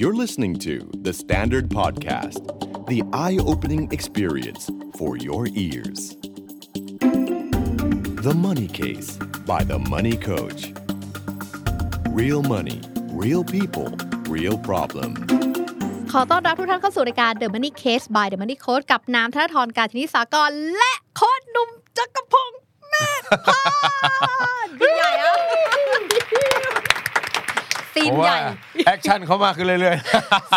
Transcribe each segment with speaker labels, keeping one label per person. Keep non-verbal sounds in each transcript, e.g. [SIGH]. Speaker 1: You're listening to The Standard Podcast, the eye opening experience for your ears. The Money Case by The Money Coach. Real money, real people, real problem.
Speaker 2: ขอต้อนรับทุกท่านเข้าสู่รายการ The Money Case by The Money Coach กับน้ำธนทรการธนิสากร และโค้ชหนุ่มจักรพงศ์เมธพันธ์ยิ่งใหญ่อะซีน
Speaker 3: เพราะ
Speaker 2: ให
Speaker 3: ว่า
Speaker 2: ญ่
Speaker 3: แอคชั่นเขามาขึ้นเรื่อย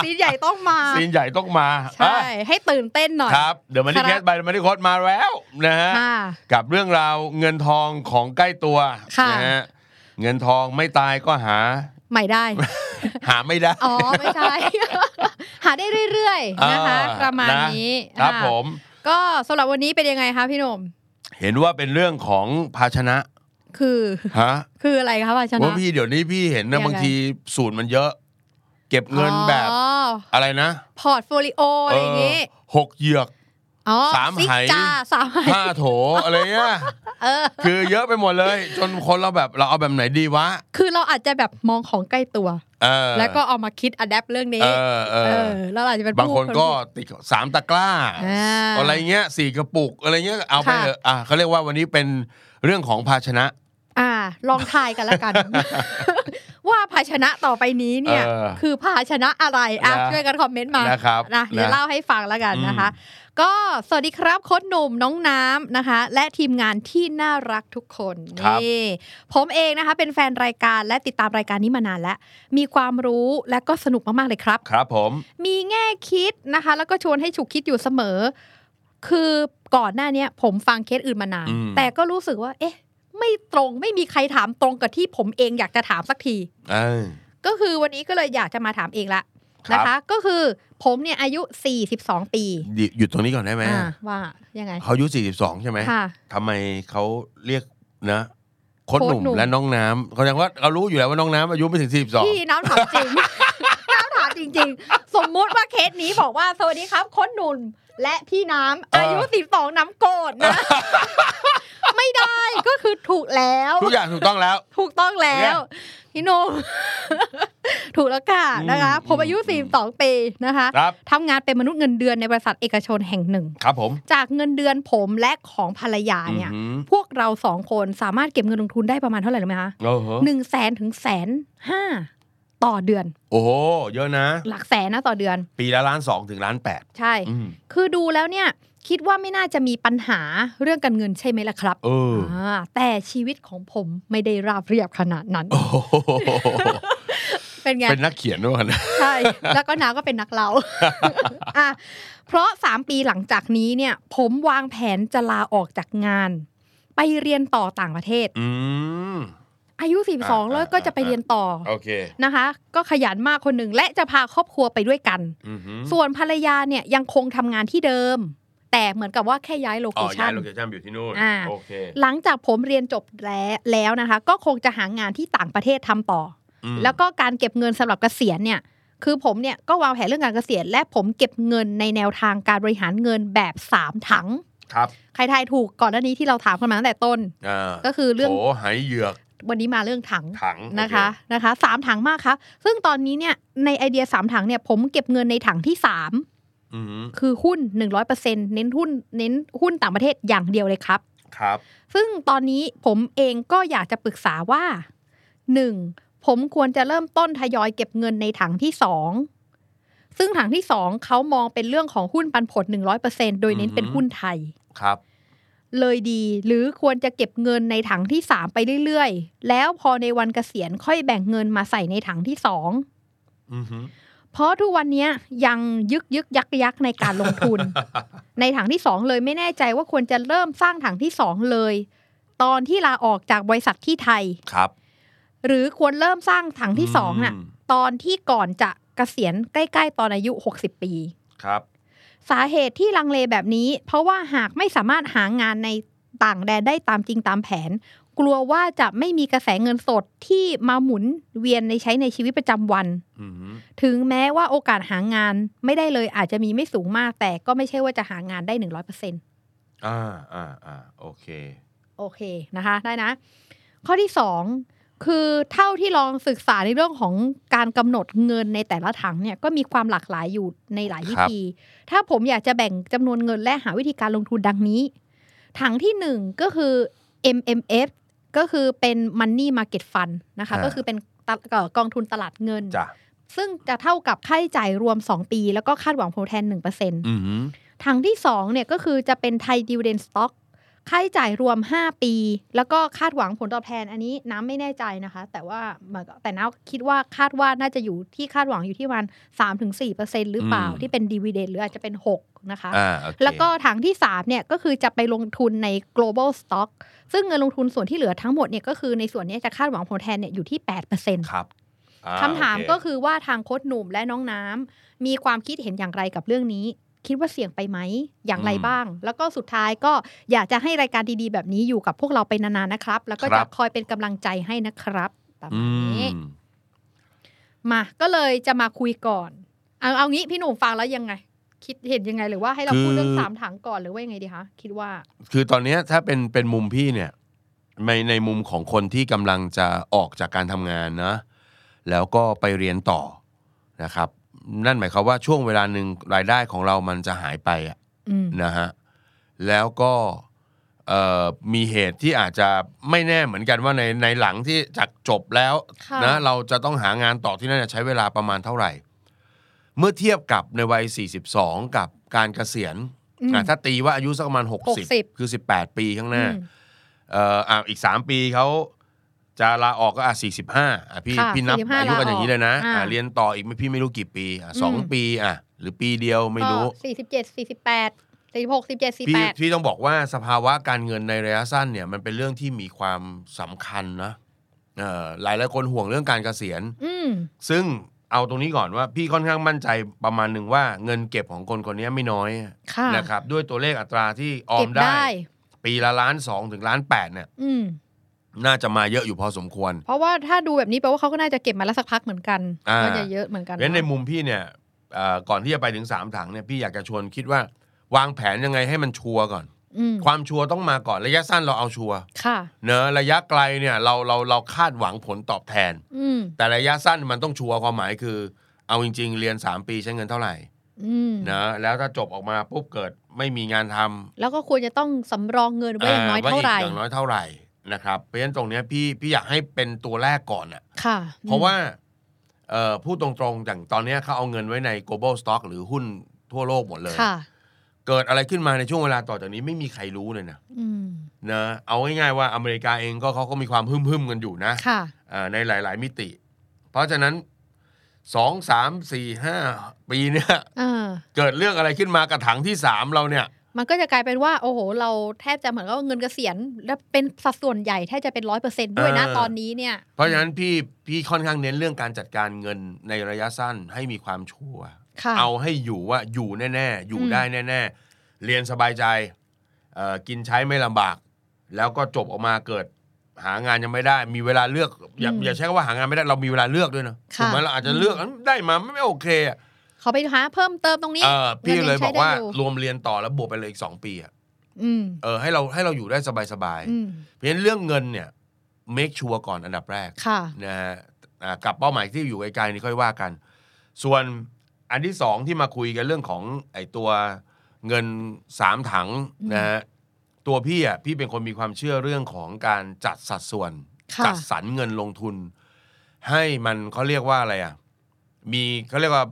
Speaker 2: ซีนใหญ่ต้องมา
Speaker 3: ๆ ซีนใหญ่ต้องมา
Speaker 2: ใช่
Speaker 3: อ่ะ
Speaker 2: ให้ตื่นเต้นหน่อย
Speaker 3: ครับ เดี๋ยวมันที่
Speaker 2: ครับ
Speaker 3: แคสบายมันที่โคตมาแล้วนะฮะ
Speaker 2: ค่ะ
Speaker 3: กับเรื่องราวเงินทองของใกล้ตัว
Speaker 2: ค่ะ
Speaker 3: นะฮะ เงินทองไม่ตายก็
Speaker 2: [LAUGHS]
Speaker 3: หา
Speaker 2: ใหม่ได้
Speaker 3: หาไม่ได้
Speaker 2: อ๋อ ไม่ใช่ [LAUGHS] หาได้เรื่อยๆ นะคะ
Speaker 3: อ่
Speaker 2: ประมาณนี้
Speaker 3: ครับ
Speaker 2: อ่ะ
Speaker 3: ผม
Speaker 2: ก็สำหรับวันนี้เป็นยังไงคะพี่หนุ่ม
Speaker 3: เห็นว่าเป็นเรื่องของภาชนะ
Speaker 2: คือ
Speaker 3: ฮะ
Speaker 2: คืออะไรคะภาชนะ
Speaker 3: ว่าพี่เดี๋ยวนี้พี่เห็น
Speaker 2: ยัง
Speaker 3: นะ
Speaker 2: ไง
Speaker 3: บางทีสูตรมันเยอะ เก็บเงินแบบ
Speaker 2: อ๋อ
Speaker 3: อะไรนะ
Speaker 2: พอร์ตโฟลิโออะไรอย่างงี้
Speaker 3: เออหกเหยือก
Speaker 2: อ๋อ
Speaker 3: สาม
Speaker 2: ซิก
Speaker 3: ไห
Speaker 2: จ้าสามไห
Speaker 3: ห้าโถอะไรเงี้ย
Speaker 2: เออ
Speaker 3: คือเยอะไปหมดเลย จนคนเราแบบเราเอาแบบไหนดีวะ
Speaker 2: คือเราอาจจะแบบมองของใกล้ตัว
Speaker 3: เออ
Speaker 2: แล้วก็เอามาคิดอัดแอปเรื่องนี้
Speaker 3: เออเอ
Speaker 2: เอ
Speaker 3: อ
Speaker 2: อแล้วเราอาจจะเป็น
Speaker 3: บางคน
Speaker 2: ผู้
Speaker 3: ก็ติดสามตะกร้า
Speaker 2: อ่า
Speaker 3: อะไรเงี้ยสี่กระปุกอะไรเงี้ยเอาไป
Speaker 2: ค่ะ
Speaker 3: เถอะอ่ะเขาเรียกว่าวันนี้เป็นเรื่องของภาชนะ
Speaker 2: อ่า ลองทายกันละ
Speaker 3: [LAUGHS]
Speaker 2: กัน ว่าภาชนะต่อไปนี้เนี่ย
Speaker 3: เออ
Speaker 2: คือภาชนะอะไรอ่ะ
Speaker 3: นะ
Speaker 2: ช่วยกันคอมเมนต์มา
Speaker 3: นะครับ
Speaker 2: นะเดี๋ยว
Speaker 3: นะ
Speaker 2: เล่าให้ฟังละกัน
Speaker 3: อืม
Speaker 2: นะคะ ก็สวัสดีครับโค้ชหนุ่มน้องน้ำนะคะ และทีมงานที่น่ารักทุกคนนี่ผมเองนะคะ เป็นแฟนรายการและติดตามรายการนี้มานานแล้ว มีความรู้และก็สนุกมากๆเลยครับ
Speaker 3: ครับผม
Speaker 2: มีแง่คิดนะคะ แล้วก็ชวนให้ฉุกคิดอยู่เสมอ คือก่อนหน้าเนี้ย ผมฟังเคสอื่นมานาน
Speaker 3: อืม
Speaker 2: แต่ก็รู้สึกว่า เอ๊ะ ไม่ตรงไม่มีใครถามตรงกับที่ผมเองอยากจะถามสักที
Speaker 3: เออ
Speaker 2: ก็คือวันนี้ก็เลยอยากจะมาถามเองละ
Speaker 3: ครับ
Speaker 2: นะคะ ก็คือผมเนี่ยอายุ 42 ปี
Speaker 3: หยุดหยุดตรงนี้ก่อนได้ไหม
Speaker 2: อ่าว่ายังไง
Speaker 3: เขาอายุ42 ใช่ไหม
Speaker 2: ค่ะ
Speaker 3: ทำไมเขาเรียกนะโค้ดหนุ่ม
Speaker 2: โค้ชหนุ่ม
Speaker 3: และน้องน้ำเขาแสดงว่าเรารู้อยู่แล้วว่าน้องน้ำอายุไม่ถึง
Speaker 2: พี่
Speaker 3: 42
Speaker 2: น้ำถามจริง [LAUGHS] น้ำถามจริง ๆ สมมุติว่าเคสนี้บอกว่า สวัสดีครับค้นหนุ่นและพี่น้ำ
Speaker 3: เออ
Speaker 2: อา
Speaker 3: อ
Speaker 2: ยุสิบสองน้ำโกรธนะ [LAUGHS] ไม่ได้ก็คือถูกแล้ว
Speaker 3: ทุกอย่างถูกต้องแล้ว
Speaker 2: ถูกต้องแล้ว พี่หนุ่ม [LAUGHS] ถูกแล้วค่ะ
Speaker 3: อืม
Speaker 2: นะคะ ผมอายุ
Speaker 3: อืม
Speaker 2: 42 ปีนะคะ
Speaker 3: ครับ
Speaker 2: ทำงานเป็นมนุษย์เงินเดือนในบริษัทเอกชนแห่งหนึ่ง
Speaker 3: ครับผม
Speaker 2: จากเงินเดือนผมและของภรรยาเนี่ย
Speaker 3: อืม
Speaker 2: พวกเราสองคนสามารถเก็บเงินลงทุนได้ประมาณเท่าไหร่รู้ไหมคะ
Speaker 3: โอ้โห
Speaker 2: หนึ่งแสนถึงแสนห้าต่อเดือน
Speaker 3: โอ้โหเยอะนะ
Speaker 2: หลักแสนนะต่อเดือน
Speaker 3: ปีละล้านสองถึงล้านแปด
Speaker 2: ใช่
Speaker 3: อืม
Speaker 2: คือดูแล้วเนี่ย คิดว่าไม่น่าจะมีปัญหาเรื่องการเงินใช่ไหมล่ะครับ
Speaker 3: เออ
Speaker 2: อ่าแต่ชีวิตของผมไม่ได้ราบเรียบขนาดนั้น
Speaker 3: โอ้โห
Speaker 2: เป็นไง
Speaker 3: เป็นนักเขียนด้วยกันนะ
Speaker 2: ใช่ แล้วก็นาวก็เป็นนักเรา
Speaker 3: [LAUGHS]
Speaker 2: อ่ะเพราะ 3 ปีหลังจากนี้เนี่ย ผมวางแผนจะลาออกจากงาน ไปเรียนต่อต่างประเทศ
Speaker 3: อืม
Speaker 2: อายุ
Speaker 3: อ่า
Speaker 2: 42 แล้วก็จะไป
Speaker 3: อ่า
Speaker 2: เรียนต่อ
Speaker 3: โอเค
Speaker 2: นะคะ ก็ขยันมากคนหนึ่งและจะพาครอบครัวไปด้วยกัน
Speaker 3: อือหือ
Speaker 2: ส่วนภรรยาเนี่ยยังคงทำงานที่เดิม แต่เหมือนกับว่าแค่ย้ายโล
Speaker 3: อ๋
Speaker 2: เค
Speaker 3: อย้า
Speaker 2: ชั่
Speaker 3: ย
Speaker 2: น
Speaker 3: โลเคชั่นไปอยู่ที่นู่น
Speaker 2: อ่า
Speaker 3: โอเค
Speaker 2: หลังจากผมเรียนจบแล้วแล้วนะคะ ก็คงจะหางานที่ต่างประเทศทำต่อ
Speaker 3: อื
Speaker 2: อ
Speaker 3: ม
Speaker 2: แล้วก็การเก็บเงินสำหรับเกษียณเนี่ยคือผมเนี่ยก็วางแผนเรื่องการเกษียณ และผมเก็บเงินในแนวทางการบริหารเงินแบบ 3 ถัง
Speaker 3: ครับ
Speaker 2: ใครทายถูกก่อนหน้านี้ที่เราถามกันมาตั้งแต่ต้น
Speaker 3: อ่า
Speaker 2: ก็คือเรื่อง
Speaker 3: โถหายเหยือก
Speaker 2: วันนี้มาเรื่องถัง
Speaker 3: ถัง
Speaker 2: นะคะนะคะสามถังมากครับซึ่งตอนนี้เนี่ยในไอเดีย 3 ถังเนี่ยผมเก็บเงินในถังที่ 3
Speaker 3: โอเคอือหือ
Speaker 2: คือหุ้น 100%เน้นหุ้นเน้นหุ้นต่างประเทศอย่างเดียวเลยครับ
Speaker 3: ครับ
Speaker 2: ซึ่งตอนนี้ผมเองก็อยากจะปรึกษาว่า 1. ผมควรจะเริ่มต้นทยอยเก็บเงินในถังที่ 2 ซึ่งถังที่ 2 เขามองเป็นเรื่องของหุ้นปันผล 100%โดยเน้น
Speaker 3: อือหือ
Speaker 2: เป็นหุ้นไทย
Speaker 3: ครับ
Speaker 2: เลยดี หรือควรจะเก็บเงินในถังที่ 3 ไปเรื่อยๆ แล้วพอในวันเกษียณค่อยแบ่งเงินมาใส่ในถังที่ 2
Speaker 3: อือหือ
Speaker 2: เพราะทุกวันเนี้ยยังยึกยึกยักยักในการลงทุน ในถังที่ 2 เลยไม่แน่ใจว่าควรจะเริ่มสร้างถังที่ 2 เลย ตอนที่ลาออกจากบริษัทที่ไทย
Speaker 3: ครับ
Speaker 2: หรือควรเริ่มสร้างถังที่2น่ะ
Speaker 3: อืม
Speaker 2: ตอนที่ก่อนจะเกษียณใกล้ ๆ ตอนอายุ 60 ปี
Speaker 3: ครับ
Speaker 2: สาเหตุที่ลังเลแบบนี้ เพราะว่าหากไม่สามารถหางานในต่างแดนได้ตามจริงตามแผน กลัวว่าจะไม่มีกระแสเงินสดที่มาหมุนเวียนในใช้ในชีวิตประจำวัน
Speaker 3: อือหือ
Speaker 2: ถึงแม้ว่าโอกาสหางานไม่ได้เลยอาจจะมีไม่สูงมาก แต่ก็ไม่ใช่ว่าจะหางานได้ 100%
Speaker 3: อ่าอ่าอ่าโอเค
Speaker 2: โอเคนะคะ ได้นะ ข้อที่ 2 คือเท่าที่ลองศึกษาในเรื่องของการกำหนดเงินในแต่ละถังเนี่ยก็มีความหลากหลายอยู่ในหลายวิธี ถ้าผมอยากจะแบ่งจำนวนเงินและหาวิธีการลงทุนดังนี้ ถังที่หนึ่งก็คือ MMF ก็คือเป็น Money Market Fund นะคะ
Speaker 3: อ่า
Speaker 2: ก็คือเป็นตะเอ่อกองทุนตลาดเงิน
Speaker 3: จ้ะ
Speaker 2: ซึ่งจะเท่ากับค่าใช้จ่ายรวม 2 ปี แล้วก็คาดหวังผลแทน 1%
Speaker 3: อือหือ
Speaker 2: ทางที่2เนี่ยก็คือจะเป็นไทยดิวเดนสต็อกค่าใช้จ่ายรวม 5 ปี แล้วก็คาดหวังผลตอบแทนอันนี้น้ำไม่แน่ใจนะคะ แต่ว่าเหมือนกับแต่น้าคิดว่าคาดว่าน่าจะอยู่ที่คาดหวังอยู่ที่ประมาณ3-4%หรือเปล่าที่เป็นดีเวเดนหรืออาจจะเป็น 6 นะคะ
Speaker 3: อ่าโอเค
Speaker 2: แล้วก็ถังที่3เนี่ยก็คือจะไปลงทุนใน global stock ซึ่งเงินลงทุนส่วนที่เหลือทั้งหมดเนี่ยก็คือในส่วนเนี้ยจะคาดหวังผลแทนเนี่ยอยู่ที่ 8%
Speaker 3: ครับอ่
Speaker 2: คำถาม
Speaker 3: โอเ
Speaker 2: ก็คือว่าทางโค้ชหนุ่มและน้องน้ำมีความคิดเห็นอย่างไรกับเรื่องนี้ คิดว่าเสี่ยงไปไหม อย่างไร
Speaker 3: อืม
Speaker 2: บ้าง แล้วก็สุดท้ายก็อยากจะให้รายการดีๆ แบบนี้อยู่กับพวกเราไปนานๆนะครับ แล้วก็
Speaker 3: ครั
Speaker 2: จะ
Speaker 3: บ
Speaker 2: คอยเป็นกำลังใจให้นะครับประ
Speaker 3: อื
Speaker 2: มาณนี้
Speaker 3: ม
Speaker 2: มาก็เลยจะมาคุยก่อนเอาเอางี้พี่หนุ่มฟังแล้วยังไง คิดเห็นยังไงหรือว่าให้เราพูดเรื่องสามถังก่อนหรือว่ายังไงดีคะคิดว่า
Speaker 3: คือตอนเนี้ยถ้าเป็นเป็นมุมพี่เนี่ยในในมุมของคนที่กำลังจะออกจากการทำงานนะ แล้วก็ไปเรียนต่อนะครับ นั่นหมายความว่าช่วงเวลาหนึ่งรายได้ของเรามันจะหายไปอะ
Speaker 2: อืม
Speaker 3: นะฮะแล้วก็เอ่อมีเหตุที่อาจจะไม่แน่เหมือนกันว่าในในหลังที่จากจบแล้ว
Speaker 2: ค่ะ
Speaker 3: นะเราจะต้องหางานต่อที่นั่นจะใช้เวลาประมาณเท่าไหร่ เมื่อเทียบกับในวัย 42 กับการเกษียณ
Speaker 2: อืม
Speaker 3: อ่ะถ้าตีว่าอายุสักประมาณ 60
Speaker 2: 60
Speaker 3: คือ 18 ปีข้างหน้า
Speaker 2: อืม
Speaker 3: เอ่ออ่ะอีก 3 ปีเขาจะลาออกก็อ่ะ45อ่ะพี่
Speaker 2: ค่ะ
Speaker 3: พี่นับ
Speaker 2: 45
Speaker 3: อายุกันอย่างนี้เลยนะ
Speaker 2: ลาออก
Speaker 3: อ่ะ
Speaker 2: อ่ะ
Speaker 3: เรียนต่ออีกไม่พี่ไม่รู้กี่ปีอ่ะสอง
Speaker 2: อืม
Speaker 3: ปีอ่ะหรือปีเดียวไม่รู้
Speaker 2: ก็สี่สิบเจ็ดสี่สิบแปดสี่หกสิบเจ็ดสี่
Speaker 3: พี่
Speaker 2: แปด
Speaker 3: พี่ต้องบอกว่าสภาวะการเงินในระยะสั้นเนี่ยมันเป็นเรื่องที่มีความสำคัญนะเอ่อหลายหลายๆคนห่วงเรื่องการเกษียณ
Speaker 2: อืม
Speaker 3: ซึ่งเอาตรงนี้ก่อนว่าพี่ค่อนข้างมั่นใจประมาณหนึ่งว่าเงินเก็บของคนคนนี้ไม่น้อย
Speaker 2: ค่ะ
Speaker 3: นะครับด้วยตัวเลขอัตราที่ออ
Speaker 2: เก็
Speaker 3: ม
Speaker 2: บ
Speaker 3: ได้
Speaker 2: ได้
Speaker 3: ปีละล้านสองถึงล้านแปดเนี่ย
Speaker 2: อืม
Speaker 3: น่าจะมาเยอะอยู่พอสมควร
Speaker 2: เพราะว่าถ้าดูแบบนี้แปลว่าเขาก็น่าจะเก็บมาแล้วสักพักเหมือนกัน
Speaker 3: อ่า
Speaker 2: ก็จะเยอะเหมือนกัน
Speaker 3: เพราะฉะนั้นในมุมพี่เนี่ยเอ่อก่อนที่จะไปถึงสามถังเนี่ยพี่อยากจะชวนคิดว่า วางแผนยังไงให้มันชัวร์ก่อน
Speaker 2: อืม
Speaker 3: ความชัวร์ต้องมาก่อนระยะสั้นเราเอาชัวร์
Speaker 2: ค่ะ
Speaker 3: เนอะระยะไกลเนี่ยเราเราเราคาดหวังผลตอบแทน
Speaker 2: อืม
Speaker 3: แต่ระยะสั้นมันต้องชัวร์ความหมายคือ เอาจริง ๆ เรียน 3 ปีใช้เงินเท่าไหร่
Speaker 2: อืม
Speaker 3: นะแล้วถ้าจบออกมาปุ๊บเกิดไม่มีงานทำ
Speaker 2: แล้วก็ควรจะต้องสำรองเงินไว้อย่างน้อย
Speaker 3: ว่
Speaker 2: เท่าไหร่
Speaker 3: อย่างน้อยเท่าไหร่นะครับเพราะฉะนั้นตรงเนี้ยพี่พี่อยากให้เป็นตัวแรกก่อนอ่ะ
Speaker 2: ค่ะ
Speaker 3: เพราะว่าเอ่อพูดตรงๆอย่างตอนเนี้ยเขาเอาเงินไว้ใน global stock หรือหุ้นทั่วโลกหมดเลย
Speaker 2: ค่ะ
Speaker 3: เกิดอะไรขึ้นมาในช่วงเวลาต่อจากนี้ไม่มีใครรู้เลยนะ
Speaker 2: อืม
Speaker 3: นะเอาง่ายๆว่าอเมริกาเองก็เขาก็มีความฮึ่มๆกันอยู่นะ
Speaker 2: ค่ะ
Speaker 3: อ่าในหลาย ๆ มิติ เพราะฉะนั้นสองสามสี่ห้าปีเนี่ย
Speaker 2: เออ
Speaker 3: เกิดเรื่องอะไรขึ้นมากระถังที่สามเราเนี่ย
Speaker 2: มันก็จะกลายเป็นว่า โอ้โห เราแทบจะเหมือนกับว่าเงินเกษียณและเป็นสัดส่วนใหญ่แทบจะเป็นร้อยเปอร์เซ็นต์ด้วยนะ
Speaker 3: เออ
Speaker 2: ตอนนี้เนี่ย
Speaker 3: เพราะฉะนั้นพี่พี่ค่อนข้างเน้นเรื่องการจัดการเงินในระยะสั้นให้มีความชัวร์
Speaker 2: ค่ะ
Speaker 3: เอาให้อยู่ว่าอยู่แน่ ๆ อยู่
Speaker 2: อืม
Speaker 3: ได้แน่ ๆ เรียนสบายใจเอ่อกินใช้ไม่ลำบาก แล้วก็จบออกมาเกิดหางานยังไม่ได้ มีเวลาเลือกอย่า
Speaker 2: อืม
Speaker 3: อย่าใช้คำว่าหางานไม่ได้เรามีเวลาเลือกด้วยนะ
Speaker 2: ค่ะ
Speaker 3: ถูกไหมเราอาจจะ
Speaker 2: อืม
Speaker 3: เลือกได้มาไม่โอเคอะ
Speaker 2: ขอไปหาเพิ่มเติมตรงนี้
Speaker 3: เออพี่
Speaker 2: เงินยัง
Speaker 3: เลยบอกว่า
Speaker 2: ใช้ได้อยู่
Speaker 3: รวมเรียนต่อแล้วบวกไปเลยอีกสองปีอ่ะ
Speaker 2: อืม
Speaker 3: เออให้เราให้เราอยู่ได้สบาย
Speaker 2: อืม
Speaker 3: ๆเพราะฉะนั้นเรื่องเงินเนี่ย make sure ก่อนอันดับแรก
Speaker 2: ค่ะ
Speaker 3: นะฮะอ่ากับเป้าหมายที่อยู่ไกลๆนี่ค่อยว่ากัน ส่วนอันที่สองที่มาคุยกันเรื่องของไอ้ตัวเงินสามถัง
Speaker 2: อืม
Speaker 3: นะฮะตัวพี่อ่ะพี่เป็นคนมีความเชื่อเรื่องของการจัดสัดส่วน
Speaker 2: ค่ะ
Speaker 3: จัดสรรเงินลงทุน ให้มันเขาเรียกว่าอะไรอ่ะ มีเขาเรียกว่า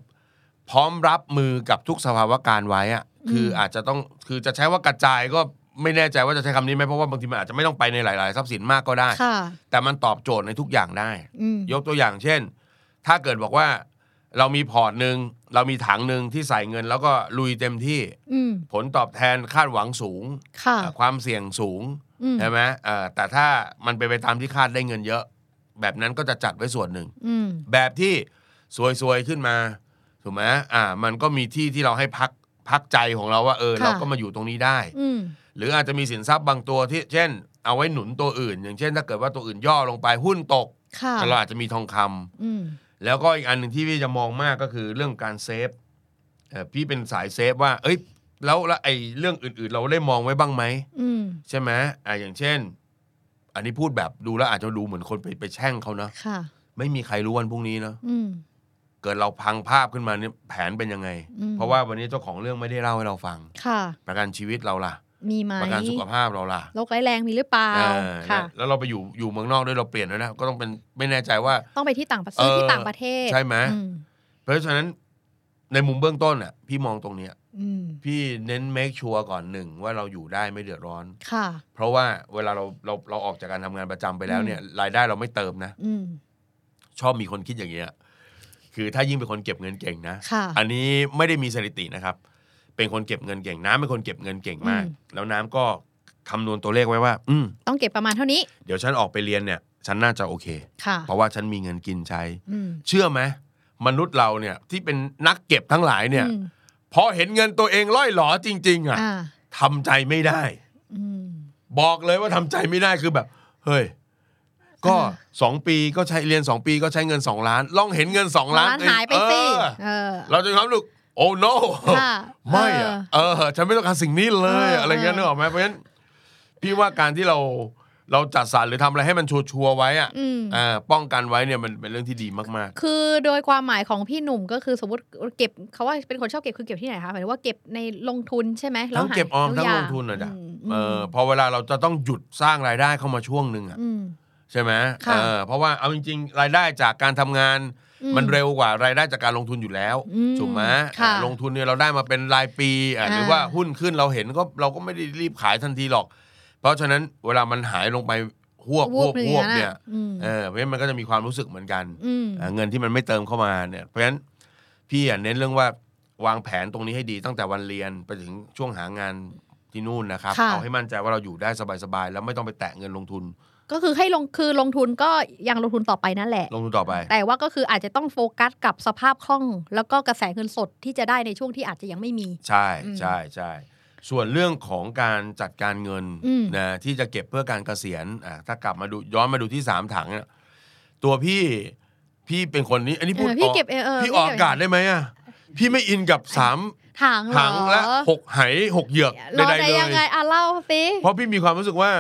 Speaker 3: พร้อมรับมือกับทุกสภาวะการณ์ไว้อะ
Speaker 2: อืม
Speaker 3: คืออาจจะต้องคือจะใช้ว่ากระจายก็ไม่แน่ใจว่าจะใช้คำนี้ไหมเพราะว่าบางทีมันอาจจะไม่ต้องไปในหลาย ๆ ทรัพย์สินมากก็ได้
Speaker 2: ค่ะ
Speaker 3: แต่มันตอบโจทย์ในทุกอย่างได้
Speaker 2: อืม
Speaker 3: ยกตัวอย่างเช่น ถ้าเกิดบอกว่าเรามีพอร์ตหนึ่งเรามีถังหนึ่งที่ใส่เงิน แล้วก็ลุยเต็มที่
Speaker 2: อืม
Speaker 3: ผลตอบแทนคาดหวังสูง
Speaker 2: ค่ะ
Speaker 3: อ่ะความเสี่ยงสูง
Speaker 2: อืม
Speaker 3: ใช่ไหมเอ่อแต่ถ้ามันเป็นไปตามที่คาดได้เงินเยอะ แบบนั้นก็จะจัดไว้ส่วนหนึ่ง
Speaker 2: อืม
Speaker 3: แบบที่ซวยๆขึ้นมาถูกไหมอ่า มันก็มีที่ที่เราให้พักพักใจของเราว่าเออ
Speaker 2: ค่ะ
Speaker 3: เราก็มาอยู่ตรงนี้ได้
Speaker 2: อืม
Speaker 3: หรืออาจจะมีสินทรัพย์บางตัวที่ เช่น เอาไว้หนุนตัวอื่น อย่างเช่น ถ้าเกิดว่าตัวอื่นย่อลงไปหุ้นตก
Speaker 2: ค่ะ
Speaker 3: เราอาจจะมีทองคำ
Speaker 2: อืม
Speaker 3: แล้วก็อีกอันหนึ่งที่พี่จะมองมากก็คือเรื่องการเซฟเอ่อพี่เป็นสายเซฟว่า เอ้ยแล้วแล้วไอ้เรื่องอื่นๆ เราได้มองไว้บ้างไหม
Speaker 2: อืม
Speaker 3: ใช่ไหมอ่าอย่างเช่น อันนี้พูดแบบดูแล้วอาจจะดูเหมือนคนไปไปแช่งเขานะ
Speaker 2: ค่ะ
Speaker 3: ไม่มีใครรู้วันพรุ่งนี้นะ
Speaker 2: อืม
Speaker 3: เกิดเราพังภาพขึ้นมาเนี่ยแผนเป็นยังไง
Speaker 2: อืม
Speaker 3: เพราะว่าวันนี้เจ้าของเรื่องไม่ได้เล่าให้เราฟัง
Speaker 2: ค่ะ
Speaker 3: ประกันชีวิตเราล่ะ
Speaker 2: มีไหม
Speaker 3: ประกันสุขภาพเราล่ะ
Speaker 2: โรคร้ายแรงมีหรือเปล่า
Speaker 3: เออ
Speaker 2: ค่ะ
Speaker 3: แล้วแล้วเราไปอยู่อยู่เมืองนอกด้วยเราเปลี่ยนด้วยนะก็ต้องเป็นไม่แน่ใจว่า
Speaker 2: ต้องไปที่ต่างประเท
Speaker 3: เอ
Speaker 2: ศ
Speaker 3: อ
Speaker 2: ที่ต่างประเทศ
Speaker 3: ใช่ไหม
Speaker 2: อืม
Speaker 3: เพราะฉะนั้นในมุมเบื้องต้นอ่ะพี่มองตรงเนี้ย
Speaker 2: อืม
Speaker 3: พี่เน้น make sure ก่อนหนึ่งว่าเราอยู่ได้ไม่เดือดร้อน
Speaker 2: ค่ะ
Speaker 3: เพราะว่าเวลาเราเราเราออกจากการทำงานประจำไปแล้วเนี่ยรายได้เราไม่เติมนะ
Speaker 2: อืม
Speaker 3: ชอบมีคนคิดอย่างเงี้ย คือถ้ายิ่งเป็นคนเก็บเงินเก่งนะ
Speaker 2: ค่ะ
Speaker 3: อันนี้ไม่ได้มีสถิตินะครับ เป็นคนเก็บเงินเก่งน้ำเป็นคนเก็บเงินเก่งมาก
Speaker 2: อืม
Speaker 3: แล้วน้ำก็คำนวณตัวเลขไว้ว่า อืม
Speaker 2: ต้องเก็บประมาณเท่านี้
Speaker 3: เดี๋ยวฉันออกไปเรียนเนี่ย ฉันน่าจะโอเค
Speaker 2: ค่ะ
Speaker 3: เพราะว่าฉันมีเงินกินใช้
Speaker 2: อืม
Speaker 3: เชื่อไหมมนุษย์เราเนี่ยที่เป็นนักเก็บทั้งหลายเนี่ย
Speaker 2: อืม
Speaker 3: พอเห็นเงินตัวเองล่อยหลอจริง ๆ อ่ะ
Speaker 2: อ่า
Speaker 3: ทำใจไม่ได้
Speaker 2: อืม
Speaker 3: บอกเลยว่าทำใจไม่ได้คือแบบ เฮ้ย ก็ [LAUGHS]
Speaker 2: อ่า
Speaker 3: สองปีก็ใช้เรียนสองปีก็ใช้เงินสองล้าน ลองเห็นเงินสองล้าน
Speaker 2: ร้านหายไปสิ
Speaker 3: เออ
Speaker 2: เออ
Speaker 3: เราจะมีความรู้สึกโอ้ no
Speaker 2: [LAUGHS] ค่ะ
Speaker 3: ไม่
Speaker 2: เ
Speaker 3: อะเออฉันไม่ต้องการสิ่งนี้เลย
Speaker 2: เอออ
Speaker 3: อะไรเงี้ย
Speaker 2: เออ
Speaker 3: นึกออกไหมเพราะฉะนั้นพี่ว่าการที่เราเราจัดสรรหรือทำอะไรให้มันชัวร์ๆไว้อะ
Speaker 2: อืม
Speaker 3: อ่าป้องกันไว้เนี่ยมันเป็นเรื่องที่ดีมาก
Speaker 2: คือโดยความหมายของพี่หนุ่มก็คือสมมติเก็บเขาว่าเป็นคนชอบเก็บคือเก็บที่ไหนคะหมายถึงว่าเก็บในลงทุนใช่ไหมแล้ว
Speaker 3: ทั้งเก็บออม
Speaker 2: หา
Speaker 3: ทั้ง
Speaker 2: ย่า
Speaker 3: ลงทุนน่ะจ้ะ
Speaker 2: ม
Speaker 3: ๆเออพอเวลาเราจะต้องหยุดสร้างรายได้เข้ามาช่วงหนึ่งอะ
Speaker 2: อืม
Speaker 3: ใช่ไหม
Speaker 2: ค่ะ
Speaker 3: เออเพราะว่าเอาจริง ๆ รายได้จากการทำงาน
Speaker 2: อื
Speaker 3: มันเร็วกว่ารายได้จากการลงทุนอยู่แล้ว
Speaker 2: อืม
Speaker 3: ถูกไหม
Speaker 2: ค่ะ
Speaker 3: อ่าลงทุนเนี่ยเราได้มาเป็นรายปีอ่ะ
Speaker 2: อ่า
Speaker 3: หรือว่าหุ้นขึ้นเราเห็นก็เราก็ไม่ได้รีบขายทันทีหรอก เพราะฉะนั้นเวลามันหายลงไปหวบหวบหวบเนี่ย
Speaker 2: อืม
Speaker 3: เออเพราะฉะนั้นมันก็จะมีความรู้สึกเหมือนกัน
Speaker 2: อืม
Speaker 3: อ่าเงินที่มันไม่เติมเข้ามาเนี่ยเพราะฉะนั้นพี่อ่ะเน้นเรื่องว่าวางแผนตรงนี้ให้ดีตั้งแต่วันเรียนไปถึงช่วงหางานที่นู่นนะครับ
Speaker 2: ค่ะ
Speaker 3: เอาให้มั่นใจว่าเราอยู่ได้สบายๆแล้วไม่ต้องไปแตะเงินลงทุน
Speaker 2: ก็คือให้ลงคือลงทุนก็ยังลงทุนต่อไปนั่นแหละ
Speaker 3: ลงทุนต่อไป
Speaker 2: แต่ว่าก็คืออาจจะต้องโฟกัสกับสภาพคล่อง แล้วก็กระแสเงินสดที่จะได้ในช่วงที่อาจจะยังไม่มี
Speaker 3: ใช่
Speaker 2: อืม
Speaker 3: ใช่ใช่ส่วนเรื่องของการจัดการเงิน
Speaker 2: อืม
Speaker 3: นะที่จะเก็บเพื่อการเกษียณอ่ะถ้ากลับมาดูย้อนมาดูที่สามถังเนี่ยตัวพี่พี่เป็นคนนี้ อันนี้
Speaker 2: เอ
Speaker 3: พูด
Speaker 2: อ
Speaker 3: อ
Speaker 2: พี่
Speaker 3: อก
Speaker 2: เก็บเอเออ
Speaker 3: พี่ออกอากาศได้ไหมอ่ะพี่ไม่อินกับสาม
Speaker 2: ถังเหรอ
Speaker 3: ถังและหกไหหกเหยือก
Speaker 2: รอ
Speaker 3: ใด
Speaker 2: ได้
Speaker 3: ๆเล
Speaker 2: ยังไง
Speaker 3: ย
Speaker 2: อ่ะเล่าสิ
Speaker 3: เพราะพี่มีความรู้สึกว่า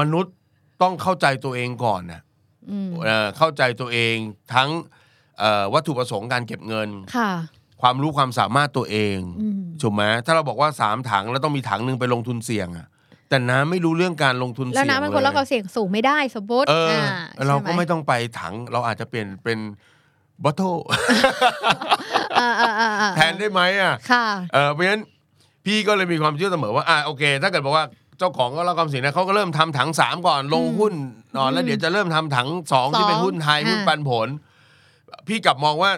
Speaker 3: มนุษย์ต้องเข้าใจตัวเองก่อนนะ
Speaker 2: อืม
Speaker 3: เอ่อเข้าใจตัวเองทั้งเอ่อวัตถุประสงค์การเก็บเงิน
Speaker 2: ค่ะ
Speaker 3: ความรู้ความสามารถตัวเอง
Speaker 2: อืม
Speaker 3: ถูกไหมถ้าเราบอกว่า 3 ถังแล้วต้องมีถังหนึ่งไปลงทุนเสี่ยงอะแต่น้ำไม่รู้เรื่องการลงทุน
Speaker 2: แล้ว
Speaker 3: เสี่ยง
Speaker 2: น้ำมันคนละความเสี่ยงสูงไม่ได้สมมติ
Speaker 3: เออ
Speaker 2: อ่
Speaker 3: อ เราก็ไม่
Speaker 2: ใช่ห
Speaker 3: ต้องไปถังเราอาจจะเปลี่ยนเป็นบอทโท
Speaker 2: [LAUGHS] เออเออเออเออ
Speaker 3: แทนได้ไหมอ่ะ
Speaker 2: ค่ะ
Speaker 3: เออเพราะฉะนั้นพี่ก็เลยมีความเชื่อเสมอว่าอ่ะโอเค ถ้าเกิดบอกว่าเจ้าของก็รับความเสี่ยงนะเขาก็เริ่มทำถังสามก่อนลง
Speaker 2: อืม
Speaker 3: หุ้นนอนแล้
Speaker 2: อืม
Speaker 3: วเดี๋ยวจะเริ่มทำถังสองที่เป็น
Speaker 2: สอง
Speaker 3: หุ้นไทย
Speaker 2: อ่า
Speaker 3: หุ้นปันผล พี่กลับมองว่า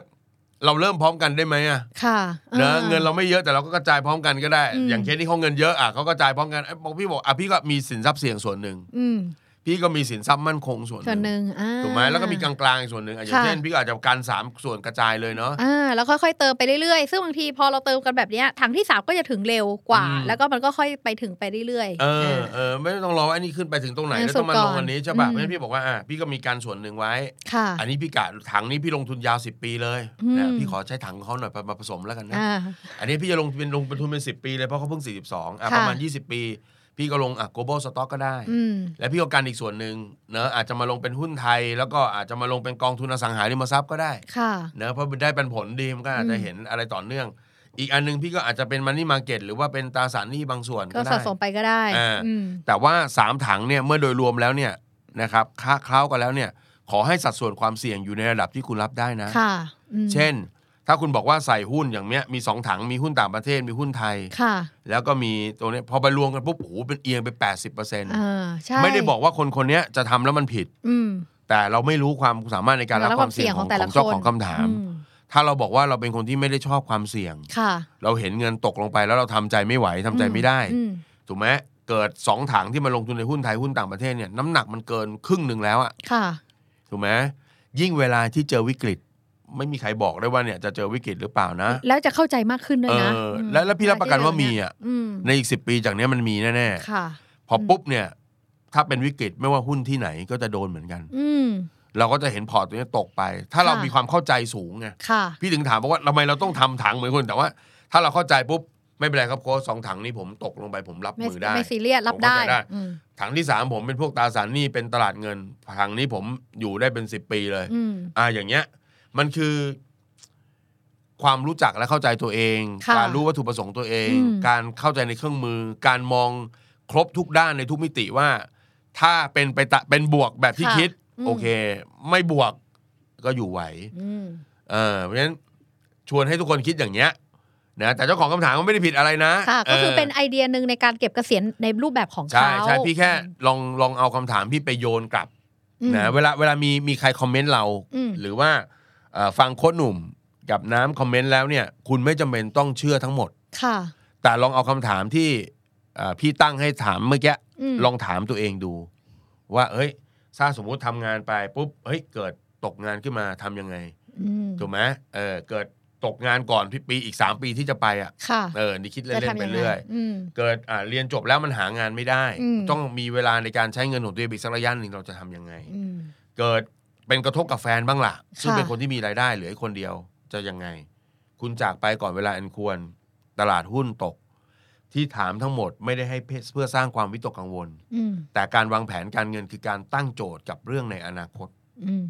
Speaker 3: เราเริ่มพร้อมกันได้ไหมอ่ะ
Speaker 2: ค่ะ
Speaker 3: เนอะ
Speaker 2: ออ
Speaker 3: เงินเราไม่เยอะแต่เราก็กระจายพร้อมกันก็ได้
Speaker 2: อืม
Speaker 3: อย่างเคสที่เขาเงินเยอะอ่ะเขากระจายพร้อมกันเอ้ยบอกพี่บอกอ่ะพี่ก็มีสินทรัพย์เสี่ยงส่วนหนึ่ง
Speaker 2: อืม
Speaker 3: พี่ก็มีสินทรัพย์มั่นคงส่วน
Speaker 2: ส่วน
Speaker 3: ห
Speaker 2: ห
Speaker 3: นึ่ง
Speaker 2: นึ่งอ่า
Speaker 3: ถูกไหมแล้วก็มีกลางๆอีกส่วนหนึ่งอ่ะอย่าง
Speaker 2: ค่ะ
Speaker 3: เช่นพี่ก็อาจจะการสามส่วนกระจายเลยเนาะ
Speaker 2: อ่าแล้วค่อยๆเติมไปเรื่อยๆ ซึ่งบางทีพอเราเติมกันแบบเนี้ยถังที่สามก็จะถึงเร็วกว่า
Speaker 3: อืม
Speaker 2: แล้วก็มันก็ค่อยไปถึงไปเรื่อยๆ
Speaker 3: เออ
Speaker 2: อ
Speaker 3: เออไม่ต้องรอว่าไอ้นี่ขึ้นไปถึงตรงไหน
Speaker 2: เออ
Speaker 3: แล้วต้องมาลง
Speaker 2: ส่วนก่อน
Speaker 3: อันนี้ใช่ป่ะ
Speaker 2: อืม
Speaker 3: เพราะฉะนั้นพี่บอกว่าอ่ะพี่ก็มีการส่วนหนึ่งไว้
Speaker 2: ค่ะ
Speaker 3: อันนี้พี่กะถังนี้พี่ลงทุนยาวสิบปีเลยนะ
Speaker 2: อืม
Speaker 3: พี่ขอใช้ถังเขาหน่อยมาผสมแล้วกันนะ
Speaker 2: อ่า
Speaker 3: อันนี้พี่จะลงเป็นลงเป็นทุนเป็นสิบปีเลยเพราะเขาเพิ่งสี่สิบสองอ่ะ
Speaker 2: ค่ะ
Speaker 3: ประมาณยี่สิบปี พี่ก็ลงอ่ะ global stock ก็ได้
Speaker 2: อืม
Speaker 3: และพี่ก็การอีกส่วนหนึ่งเนอะอาจจะมาลงเป็นหุ้นไทย แล้วก็อาจจะมาลงเป็นกองทุนอสังหาริมทรัพย์ก็ได้
Speaker 2: ค่ะ
Speaker 3: เนอะเพราะได้เป็นผลดีมันก็อาจจะ
Speaker 2: อืม
Speaker 3: เห็นอะไรต่อเนื่อง อีกอันหนึงพี่ก็อาจจะเป็นมันนี่มาเก็ตหรือว่าเป็นตราสารหนี้บางส่วน
Speaker 2: ก็
Speaker 3: ก็ได้
Speaker 2: สะสมไปก็ได้
Speaker 3: อ่า
Speaker 2: อืม
Speaker 3: แต่ว่า 3 ถังเนี่ยเมื่อโดยรวมแล้วเนี่ยนะครับค่าเคล้ากันแล้วเนี่ยขอให้สัดส่วนความเสี่ยงอยู่ในระดับที่คุณรับได้นะ
Speaker 2: ค่ะอืม
Speaker 3: เช่น ถ้าคุณบอกว่าใส่หุ้นอย่างเนี้ยมี 2 ถังมีหุ้นต่างประเทศมีหุ้นไทย
Speaker 2: ค่ะ
Speaker 3: แล้วก็มีตรงเนี้ยพอไปรวมกันปุ๊บโอ้โหเป็นเอียงไป 80%
Speaker 2: อ่าใช่
Speaker 3: ไม่ได้บอกว่าคนคนเนี้ยจะทำแล้วมันผิด
Speaker 2: อืม
Speaker 3: แต่เราไม่รู้ความสามารถในการรับความเสี่ยงของ
Speaker 2: แต่ละ
Speaker 3: ของเจ้า
Speaker 2: คน
Speaker 3: ของคำถาม
Speaker 2: อื
Speaker 3: ถ้าเราบอกว่าเราเป็นคนที่ไม่ได้ชอบความเสี่ยง
Speaker 2: ค่ะ
Speaker 3: เราเห็นเงินตกลงไปแล้วเราทำใจไม่ไหวทำใจไม่ได้
Speaker 2: อืม
Speaker 3: ถูกไหมเกิดสองถังที่มาลงทุนในหุ้นไทยหุ้นต่างประเทศเนี่ยน้ำหนักมันเกินครึ่งหนึ่งแล้วอะ
Speaker 2: ค่ะ
Speaker 3: ถูกไหมยิ่งเวลาที่เจอวิกฤต ไม่มีใครบอกได้ว่าเนี่ยจะเจอวิกฤตหรือเปล่านะ
Speaker 2: แล้วจะเข้าใจมากขึ้นด้วยนะ
Speaker 3: เออ
Speaker 2: ม
Speaker 3: แล้วแล้วพี่รับประกันว่ามีอ่ะ
Speaker 2: อืม
Speaker 3: ในอีกสิปีจากเนี้ยมันมีแน่
Speaker 2: ค่ะ
Speaker 3: ๆพอปุ๊บเนี่ยถ้าเป็นวิกฤตไม่ว่าหุ้นที่ไหนก็จะโดนเหมือนกัน
Speaker 2: อืม
Speaker 3: เราก็จะเห็นพอร์ตตัวเนี้ยตกไป ถ้าเรา
Speaker 2: ค่ะ
Speaker 3: มีความเข้าใจสูงไง
Speaker 2: ค่ะ
Speaker 3: พี่ถึงถามบอกว่าทำไมเราต้องทำถังเหมือนคนแต่ว่า ถ้าเราเข้าใจปุ๊บ ไม่เป็นไรครับโค้ชสองถังนี้ผมตกลงไปผมรับ
Speaker 2: ไม่
Speaker 3: มือได้
Speaker 2: ไม่ซีเรียสรับ
Speaker 3: ผม
Speaker 2: ได้
Speaker 3: เข้าใจ
Speaker 2: อืม
Speaker 3: ถังที่สามผมเป็นพวกตราสารหนี้เป็นตลาดเงินถังนี้ผมอยู่ได้เป็นสิบปีเลย
Speaker 2: อืม
Speaker 3: อ่าอย่างเงี้ยมันคือ ความรู้จักและเข้าใจตัวเอง
Speaker 2: ค่ะ
Speaker 3: การรู้วัตถุประสงค์ตัวเอง
Speaker 2: อืม
Speaker 3: การเข้าใจในเครื่องมือ การมองครบทุกด้านในทุกมิติว่า ถ้าเป็นไปตะเป็นบวกแบบที่คิด โอเค ไม่บวกก็อยู่ไหว
Speaker 2: อืม
Speaker 3: เออเพราะฉะนั้นชวนให้ทุกคนคิดอย่างเงี้ยนะแต่เจ้าของคำถามก็ไม่ได้ผิดอะไรนะ
Speaker 2: ค่ะ ก็คือเป็น
Speaker 3: เ
Speaker 2: ไอเดียหนึ่งในการเก็บเกษียณในรูปแบบของ
Speaker 3: ใช่
Speaker 2: เขา
Speaker 3: ใช่พี่แค่ลองลองเอาคำถามพี่ไปโยนกลับ
Speaker 2: อืม
Speaker 3: นะเวลาเวลามีมีใครคอมเมนต์เรา
Speaker 2: อืม
Speaker 3: หรือว่าเอ่อฟังโค้ชหนุ่มกับน้ำคอมเมนต์แล้วเนี่ย คุณไม่จำเป็นต้องเชื่อทั้งหมด
Speaker 2: ค่ะ
Speaker 3: แต่ลองเอาคำถามที่เอ่อพี่ตั้งให้ถามเมื่อกี้
Speaker 2: ม
Speaker 3: ลองถามตัวเองดู ว่า เอ้ยถ้าสมมุติทำงานไปปุ๊บเฮ้ยเกิดตกงานขึ้นมาทำยังไง
Speaker 2: อืม
Speaker 3: ถูกไหมเออเกิดตกงานก่อนพี่ปีอีก 3 ปีที่จะไปอ่ะ
Speaker 2: ค่ะ
Speaker 3: เออนี่คิด
Speaker 2: จะ
Speaker 3: เล่นๆ
Speaker 2: ทำ
Speaker 3: ไป
Speaker 2: ยังไง
Speaker 3: เรื่อย
Speaker 2: อืม
Speaker 3: เกิดอ่าเรียนจบแล้วมันหางานไม่ได้
Speaker 2: อืม
Speaker 3: ต้องมีเวลาในการใช้เงินของตัวเองอีกสักระยะหนึ่งเราจะทำยังไง
Speaker 2: อืม
Speaker 3: เกิดเป็นกระทบกับแฟนบ้างล่ะ ซึ่ง
Speaker 2: ค่ะ
Speaker 3: เป็นคนที่มีรายได้เหลือคนเดียวจะยังไง คุณจากไปก่อนเวลาอันควร ตลาดหุ้นตก ที่ถามทั้งหมดไม่ได้ให้เพื่อสร้างความวิตกกังวล
Speaker 2: อืม
Speaker 3: แต่การวางแผนการเงินคือการตั้งโจทย์กับเรื่องในอนาคต
Speaker 2: อืม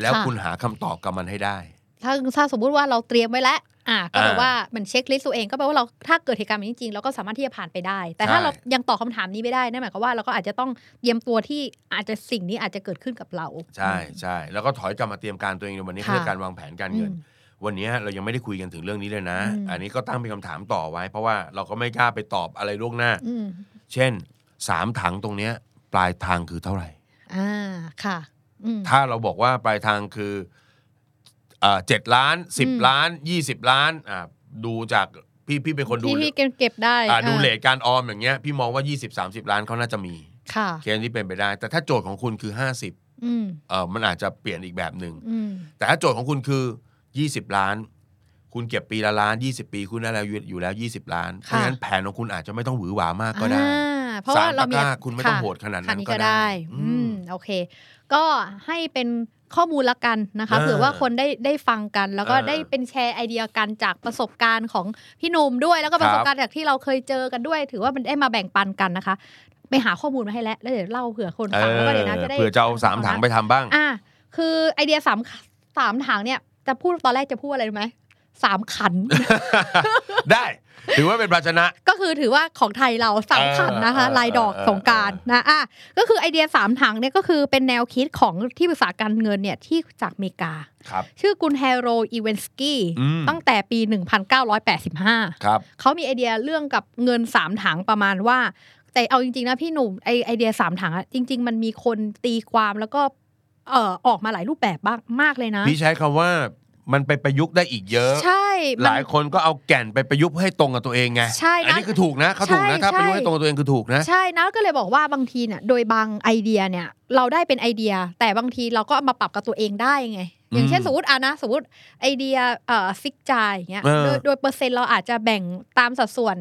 Speaker 3: แล้ว
Speaker 2: ค่ะ
Speaker 3: คุณหาคำตอบกับมันให้ได้
Speaker 2: ถ้าถ้าสมมุติว่าเราเตรียมไว้แล้ว อ่ะก็แปล
Speaker 3: อ่า
Speaker 2: ว่าเหมันเช็คลิสต์ตัวเองก็แปลว่าเราถ้าเกิดเหตุการณ์แบบนี้จริงๆเราก็สามารถที่จะผ่านไปได้ แต่ถ้า
Speaker 3: ใช่
Speaker 2: เรายังตอบคำถามนี้ไม่ได้นั่นหมายความว่าเราก็อาจจะต้องเตรียมตัวที่อาจจะสิ่งนี้อาจจะเกิดขึ้นกับเรา
Speaker 3: ใช่ใช่แล้วก็ถอยกลับมาเตรียมการตัวเองในวันนี้
Speaker 2: ค่ะ
Speaker 3: เพื่อการวางแผนการเงิน
Speaker 2: อืม
Speaker 3: วันนี้เรายังไม่ได้คุยกันถึงเรื่องนี้เลยนะ
Speaker 2: อืม
Speaker 3: อันนี้ก็ตั้งเป็นคำถามต่อไว้ เพราะว่าเราก็ไม่กล้าไปตอบอะไรล่วงหน้า
Speaker 2: อืม
Speaker 3: เช่นสามถังตรงเนี้ยปลายทางคือเท่าไหร่
Speaker 2: อ่าค่ะ อืม
Speaker 3: ถ้าเราบอกว่าปลายทางคือเจ็ดล้าน
Speaker 2: อืม
Speaker 3: 10 ล้าน 20 ล้านอ่าดูจากพี่พี่เป็นคนดู
Speaker 2: ที่ที่เก็บได้
Speaker 3: อ่าดู
Speaker 2: อ่า
Speaker 3: เลทการออมอย่างเงี้ยพี่มองว่า 20 30 ล้านเขาน่าจะมี
Speaker 2: ค่ะ
Speaker 3: เคสที่เป็นไปได้ แต่ถ้าโจทย์ของคุณคือ 50
Speaker 2: อืม
Speaker 3: เออมันอาจจะเปลี่ยนอีกแบบหนึ่ง
Speaker 2: อืม
Speaker 3: แต่ถ้าโจทย์ของคุณคือ 20 ล้าน คุณเก็บปีละล้าน 20 ปีคุณได้แล้วอยู่แล้ว 20 ล้านเพราะฉะนั้นแผนของคุณอาจจะไม่ต้องหวือหวามากก็ได้
Speaker 2: อ่าเพราะว่าเรามี
Speaker 3: สามตะกร้าคุณไม่ต้อง
Speaker 2: ะ
Speaker 3: โหดขนาดนั้น
Speaker 2: คันนี้
Speaker 3: ก็
Speaker 2: ก็
Speaker 3: ได้
Speaker 2: ได้
Speaker 3: อื
Speaker 2: อื
Speaker 3: ม
Speaker 2: มโอเค ก็ให้เป็นข้อมูลละกันนะคะ
Speaker 3: อ่า
Speaker 2: เผื่อว่าคนได้ได้ฟังกันแล้วก็
Speaker 3: อ่า
Speaker 2: ได้เป็นแชร์ไอเดียกันจากประสบการณ์ของพี่หนุ่มด้วย แล้วก็ประสบการณ์จากที่เราเคยเจอกันด้วย ถือว่ามันได้มาแบ่งปันกันนะคะ ไปหาข้อมูลมาให้แล้วแล้วเดี๋ยวเล่าเผื่อคนฟังแล้วก็เดี๋ยวนะจะได้
Speaker 3: เผื่อจะเอาสามถังไปทำบ้าง
Speaker 2: [LAUGHS] อ่าคือไอเดียสามสามถังเนี่ยจะพูดตอนแรกจะพูดอะไรรู้ไหมสามขัน
Speaker 3: ได้ถือว่าเป็นภาชนะ
Speaker 2: ก็คือถือว่าของไทยเราสามถังนะคะ
Speaker 3: เออ
Speaker 2: ลายดอก
Speaker 3: เออ
Speaker 2: สงกราร
Speaker 3: เออ
Speaker 2: นะอ่ะก็คือไอเดียสามถังเนี่ยก็คือเป็นแนวคิดของที่ปรึกษาการเงินเนี่ยที่จากอเมริกา
Speaker 3: ครับ
Speaker 2: ชื่อกุนแฮโรอีเวนสกี้
Speaker 3: อืม
Speaker 2: ตั้งแต่ปี
Speaker 3: ค
Speaker 2: 1985
Speaker 3: รับ
Speaker 2: เขามีไอเดียเรื่องกับเงิน 3 ถังประมาณว่า แต่เอาจริง ๆ นะพี่หนุ่มไอไอเดีย 3 ถังอะจริง ๆ มันมีคนตีความแล้วก็เอ่อออกมาหลายรูปแบบบ้างมากเลยนะ
Speaker 3: พี่ใช้คำว่ามันไปประยุกต์ได้อีกเยอะ
Speaker 2: ใช่
Speaker 3: ห
Speaker 2: มัน
Speaker 3: ลายคนก็เอาแก่นไปประยุกต์ให้ตรงกับตัวเองไง
Speaker 2: ใช่นะ
Speaker 3: อันี้คือถูกนะเขาถูกนะ
Speaker 2: ใช่
Speaker 3: ถ้าประ
Speaker 2: ใช่
Speaker 3: ยุกต์ให้ตรงกับตัวเองคือถูกนะ
Speaker 2: ใช่นะก็เลยบอกว่าบางทีเนี่ยโดยบางไอเดียเนี่ยเราได้เป็นไอเดีย แต่บางทีเราก็เอามาปรับกับตัวเองได้ไง อย่างเช่น
Speaker 3: อืม
Speaker 2: สมมติอ่ะนะสมมติไอเดียเอ่อซิกจายอย่างเงี้ย
Speaker 3: เออ
Speaker 2: โดยโดยเปอร์เซ็นต์เราอาจจะแบ่งตามสัดส่วน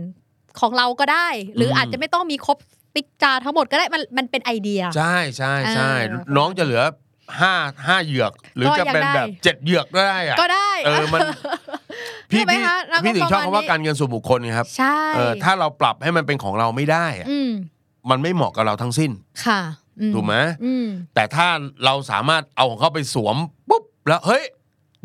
Speaker 2: ของเราก็ได้ หรืออ
Speaker 3: ม
Speaker 2: อาจจะไม่ต้องมีครบซิกจาทั้งหมดก็ได้มันมันเป็นไอเดีย
Speaker 3: ใช่ใช่ใช่
Speaker 2: เออ
Speaker 3: น้องจะเหลือห้าห้าเหยือก หรือ
Speaker 2: ก็
Speaker 3: จะ
Speaker 2: ยัง
Speaker 3: เป็น
Speaker 2: ได้
Speaker 3: แบบเจ็ดเหยือกก็ได้อะ
Speaker 2: ก็ได้
Speaker 3: เออมัน
Speaker 2: ใช่
Speaker 3: พี่
Speaker 2: ไหม
Speaker 3: พี่
Speaker 2: คะแล้วก็
Speaker 3: พี่ถึงชอบ
Speaker 2: ประมณ
Speaker 3: คำว่า
Speaker 2: นี้
Speaker 3: การเงินส่วนบุคคลไงครับ
Speaker 2: ใช่
Speaker 3: เออถ้าเราปรับให้มันเป็นของเราไม่ได้อะ
Speaker 2: อืม
Speaker 3: มันไม่เหมาะกับเราทั้งสิ้น
Speaker 2: ค่ะอื
Speaker 3: ถูกไหม
Speaker 2: อืม
Speaker 3: แต่ถ้าเราสามารถเอาของเขาไปสวมปุ๊บแล้วเฮ้ย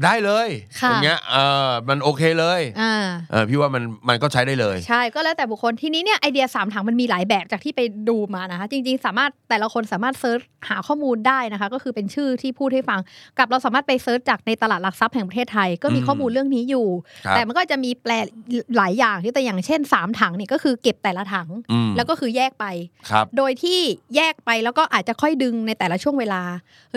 Speaker 3: ได้เลย
Speaker 2: ค่ะ
Speaker 3: อย่างเงี้ยเออมันโอเคเลย
Speaker 2: อ่า
Speaker 3: เออพี่ว่ามันมันก็ใช้ได้เลย
Speaker 2: ใช่ก็แล้วแต่บุคคลทีนี้เนี่ยไอเดีย 3 ถังมันมีหลายแบบจากที่ไปดูมานะคะ จริง ๆ สามารถแต่ละคนสามารถเซิร์ชหาข้อมูลได้นะคะ ก็คือเป็นชื่อที่พูดให้ฟัง กับเราสามารถไปเซิร์ชจากในตลาดหลักทรัพย์แห่งประเทศไทย ก็มี
Speaker 3: อืม
Speaker 2: ข้อมูลเรื่องนี้อยู่
Speaker 3: ครับ
Speaker 2: แต่มันก็จะมีแปลหลายอย่างที่แต่อย่างเช่น 3 ถังเนี่ยก็คือเก็บแต่ละถัง
Speaker 3: อืม
Speaker 2: แล้วก็คือแยกไป
Speaker 3: ครับ
Speaker 2: โดยที่แยกไปแล้วก็อาจจะค่อยดึงในแต่ละช่วงเวลา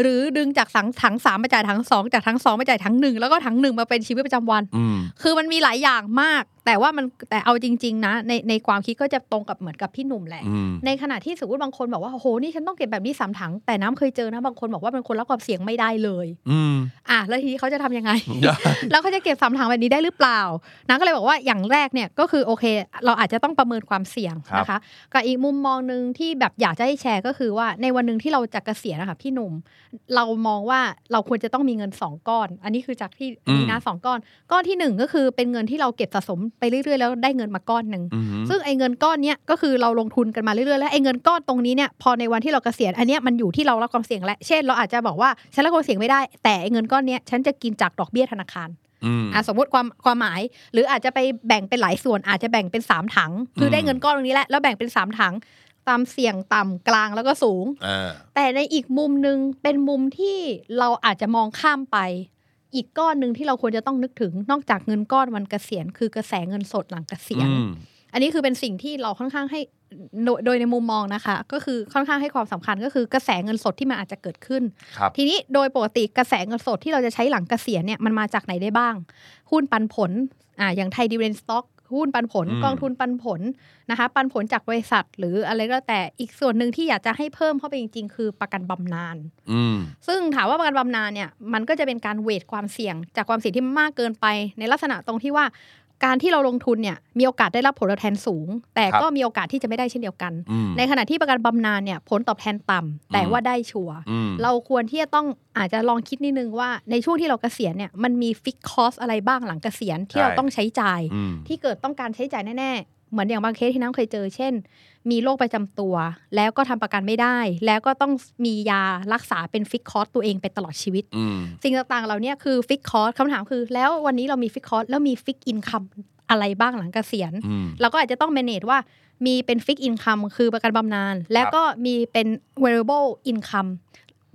Speaker 2: หรือดึงจากถังถังสามมาจ่ายถังสองจากถังสองมาจ่ายถังหนึ่งแล้วก็ถังหนึ่งมาเป็นชีวิตประจำวัน
Speaker 3: อืม
Speaker 2: คือมันมีหลายอย่างมาก แต่ว่ามันแต่เอาจริง ๆ นะ ในในความคิดก็จะตรงกับเหมือนกับพี่หนุ่มแหละ
Speaker 3: อืม
Speaker 2: ในขณะที่สมมติบางคนบอกว่าโอ้โหนี่ฉันต้องเก็บแบบนี้สามถัง แต่น้ำเคยเจอนะบางคนบอกว่าเป็นคนรับความเสี่ยงไม่ได้เลย
Speaker 3: อืม
Speaker 2: อ่ะแล้วทีนี้เขาจะทำ
Speaker 3: [LAUGHS]
Speaker 2: ยังไง แล้วเขาจะเก็บสามถังแบบนี้ได้หรือเปล่าน้าก็เลยบอกว่าอย่างแรกเนี่ยก็คือโอเค เราอาจจะต้องประเมินความเสี่ยง
Speaker 3: ครับ
Speaker 2: นะคะกับอีกมุมมองหนึ่งที่แบบอยากจะให้แชร์ก็คือว่าในวันหนึ่งที่เราจะเกษียณนะคะพี่หนุ่ม เรามองว่าเราควรจะต้องมีเงินสองก้อน อันนี้คือจากที่
Speaker 3: อืม
Speaker 2: มีนะสองก้อน ก้อนที่หนึ่งก็คือเป็นเงินที่เราเก็บสะสม ไปเรื่อยๆ แล้วได้เงินมาก้อนหนึ่ง
Speaker 3: อือหือ
Speaker 2: ซึ่งไอ้เงินก้อนเนี้ยก็คือเราลงทุนกันมาเรื่อยๆ แล้วไอ้เงินก้อนตรงนี้เนี่ยพอในวันที่เราเกษียณอันเนี้ยมันอยู่ที่เรารับความเสี่ยงแหละ เช่นเราอาจจะบอกว่าฉันรับความเสี่ยงไม่ได้ แต่ไอ้เงินก้อนเนี้ยฉันจะกินจากดอกเบี้ยธนาคาร
Speaker 3: อืม
Speaker 2: อ่ะสมมติความความหมาย หรืออาจจะไปแบ่งเป็นหลายส่วนอาจจะแบ่งเป็นสามถัง คือ
Speaker 3: ม
Speaker 2: ได้เงินก้อนตรงนี้แหละแล้วแบ่งเป็นสามถังตามเสี่ยงต่ำกลางแล้วก็สูง
Speaker 3: อ่า
Speaker 2: แต่ในอีกมุมหนึ่งเป็นมุมที่เราอาจจะมองข้ามไป อีกก้อนหนึ่งที่เราควรจะต้องนึกถึงนอกจากเงินก้อนวันเกษียณคือกระแสเงินสดหลังเกษียณ
Speaker 3: อืม
Speaker 2: อันนี้คือเป็นสิ่งที่เราค่อนข้างให้โดยโดยในมุมมองนะคะ ก็คือค่อนข้างให้ความสำคัญก็คือกระแสเงินสดที่มันอาจจะเกิดขึ้น
Speaker 3: ครับ
Speaker 2: ทีนี้โดยปกติกระแสเงินสดที่เราจะใช้หลังเกษียณเนี่ยมันมาจากไหนได้บ้าง หุ้นปันผลอ่าอย่างไทยดีเวนสต็อกหุ้นปันผล
Speaker 3: อืม
Speaker 2: กองทุนปันผลนะคะ ปันผลจากบริษัท หรืออะไรก็แล้วแต่อีกส่วนหนึ่งที่อยากจะให้เพิ่มเข้าไปจริงๆ คือประกันบำนาญ
Speaker 3: อืม
Speaker 2: ซึ่งถามว่าประกันบำนาญเนี่ยมันก็จะเป็นการเวทความเสี่ยง จากความเสี่ยงที่มากเกินไป ในลักษณะตรงที่ว่า การที่เราลงทุนเนี่ยมีโอกาสได้รับผลตอบแทนสูง แต่
Speaker 3: ครับ
Speaker 2: ก็มีโอกาสที่จะไม่ได้เช่นเดียวกัน
Speaker 3: อืม
Speaker 2: ในขณะที่ประกันบำนาญเนี่ยผลตอบแทนต่ำแต่
Speaker 3: อืม
Speaker 2: ว่าได้ชัวร์
Speaker 3: อืม
Speaker 2: เราควรที่จะต้องอาจจะลองคิดนิดนึงว่าในช่วงที่เราเกษียณเนี่ยมันมีฟิกคอสอะไรบ้างหลังเกษียณที่
Speaker 3: ใช่
Speaker 2: เราต้องใช้จ่าย
Speaker 3: อืม
Speaker 2: ที่เกิดต้องการใช้จ่ายแน่ๆ เหมือนอย่างบางเคสที่น้ำเคยเจอ เช่น มีโรคประจำตัว แล้วก็ทำประกันไม่ได้ แล้วก็ต้องมียารักษาเป็นฟิกคอร์สตัวเองไปตลอดชีวิต
Speaker 3: อืม
Speaker 2: สิ่งต่างๆ เหล่านี้คือฟิกคอร์สคำถามคือ แล้ววันนี้เรามีฟิกคอร์สแล้วมีฟิกอินคัมอะไรบ้างหลังเกษียณ
Speaker 3: อืม
Speaker 2: เราก็อาจจะต้อง manage ว่ามีเป็น fixed income คือประกันบำนาญแล้วก็มีเป็น variable income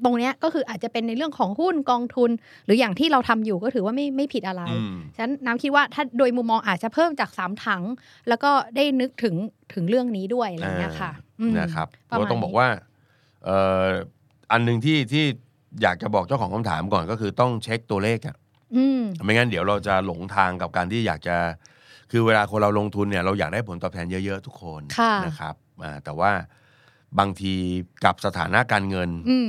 Speaker 2: ตรงเนี้ยก็คืออาจจะเป็นในเรื่องของหุ้นกองทุน หรืออย่างที่เราทำอยู่ก็ถือว่าไม่ไม่ผิดอะไร
Speaker 3: อืม
Speaker 2: ฉะนั้นน้ำคิดว่าถ้าโดยมุมมองอาจจะเพิ่มจาก 3 ถัง แล้วก็ได้นึกถึงถึงเรื่องนี้ด้วยอะไรอย่างเงี้ยค่ะอืม
Speaker 3: นะครับ
Speaker 2: ประมาณ
Speaker 3: ก็ต้องบอกว่าเอ่ออันหนึ่งที่ที่อยากจะบอกเจ้าของคำถามก่อนก็คือต้องเช็คตัวเลขอ่ะ
Speaker 2: อืม
Speaker 3: ไม่งั้นเดี๋ยวเราจะหลงทางกับการที่อยากจะ คือเวลาคนเราลงทุนเนี่ยเราอยากได้ผลตอบแทนเยอะๆทุกคน
Speaker 2: ค่ะ
Speaker 3: นะครับอ่าแต่ว่าบางทีกับสถานะการเงิน
Speaker 2: อืม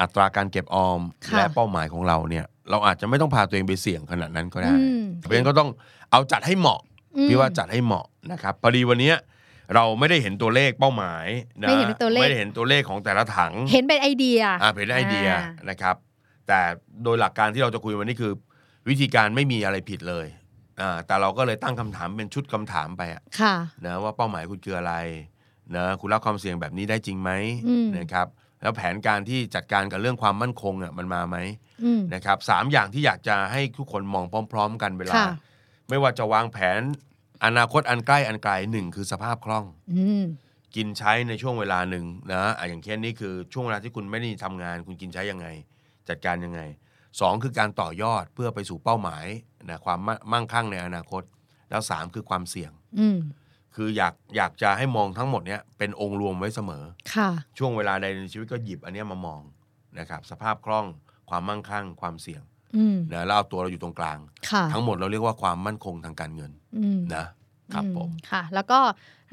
Speaker 3: อัตราการเก็บออม
Speaker 2: ค่ะ
Speaker 3: และเป้าหมายของเราเนี่ย เราอาจจะไม่ต้องพาตัวเองไปเสี่ยงขนาดนั้นก็ได้
Speaker 2: อืม
Speaker 3: เพราะฉะนั้นก็ต้องเอาจัดให้เหมาะ พี่ว่าจัดให้เหมาะนะครับพอดีวันเนี้ยเราไม่ได้เห็นตัวเลขเป้าหมายนะ
Speaker 2: ไม่เห็นเป็นตัวเลข
Speaker 3: ไม่ได้เห็นตัวเลขของแต่ละถัง
Speaker 2: เห็นเป็นไอเดีย
Speaker 3: อ่าเป็นไอเดีย
Speaker 2: อ่าน
Speaker 3: นะครับ แต่โดยหลักการที่เราจะคุยวันนี้คือ วิธีการไม่มีอะไรผิดเลยอ่าแต่เราก็เลยตั้งคำถามเป็นชุดคำถามไปอะ
Speaker 2: ค่ะ
Speaker 3: นะว่าเป้าหมายคุณคืออะไรนะคุณรับความเสี่ยงแบบนี้ได้จริงไหม
Speaker 2: อืม
Speaker 3: นะครับ แล้วแผนการที่จัดการกับเรื่องความมั่นคงอะมันมาไหม
Speaker 2: อืม
Speaker 3: นะครับสามอย่างที่อยากจะให้ทุกคนมองพร้อม ๆ กันเวลา
Speaker 2: ค่ะ
Speaker 3: ไม่ว่าจะวางแผน อนาคตอันใกล้อันไกลหนึ่งคือสภาพคล่อง
Speaker 2: อืม
Speaker 3: กินใช้ในช่วงเวลาหนึ่งนะอ่ะอย่างเช่นนี่คือช่วงเวลาที่คุณไม่ได้ทำงาน คุณกินใช้ยังไง จัดการยังไงสองคือการต่อยอดเพื่อไปสู่เป้าหมายนะความมั่นมั่งคั่งในอนาคต แล้วสามคือความเสี่ยง
Speaker 2: อืม
Speaker 3: คืออยากอยากจะให้มองทั้งหมดเนี้ยเป็นองค์รวมไว้เสมอ
Speaker 2: ค่ะ
Speaker 3: ช่วงเวลาใดในชีวิตก็หยิบอันเนี้ยมามองนะครับสภาพคล่อง ความมั่งคั่ง ความเสี่ยง
Speaker 2: อืม
Speaker 3: นะแล้วเอาตัวเราอยู่ตรงกลาง
Speaker 2: ค่ะ
Speaker 3: ทั้งหมดเราเรียกว่าความมั่นคงทางการเงิน
Speaker 2: อืม
Speaker 3: นะครับผม
Speaker 2: อืค่ะ แล้วก็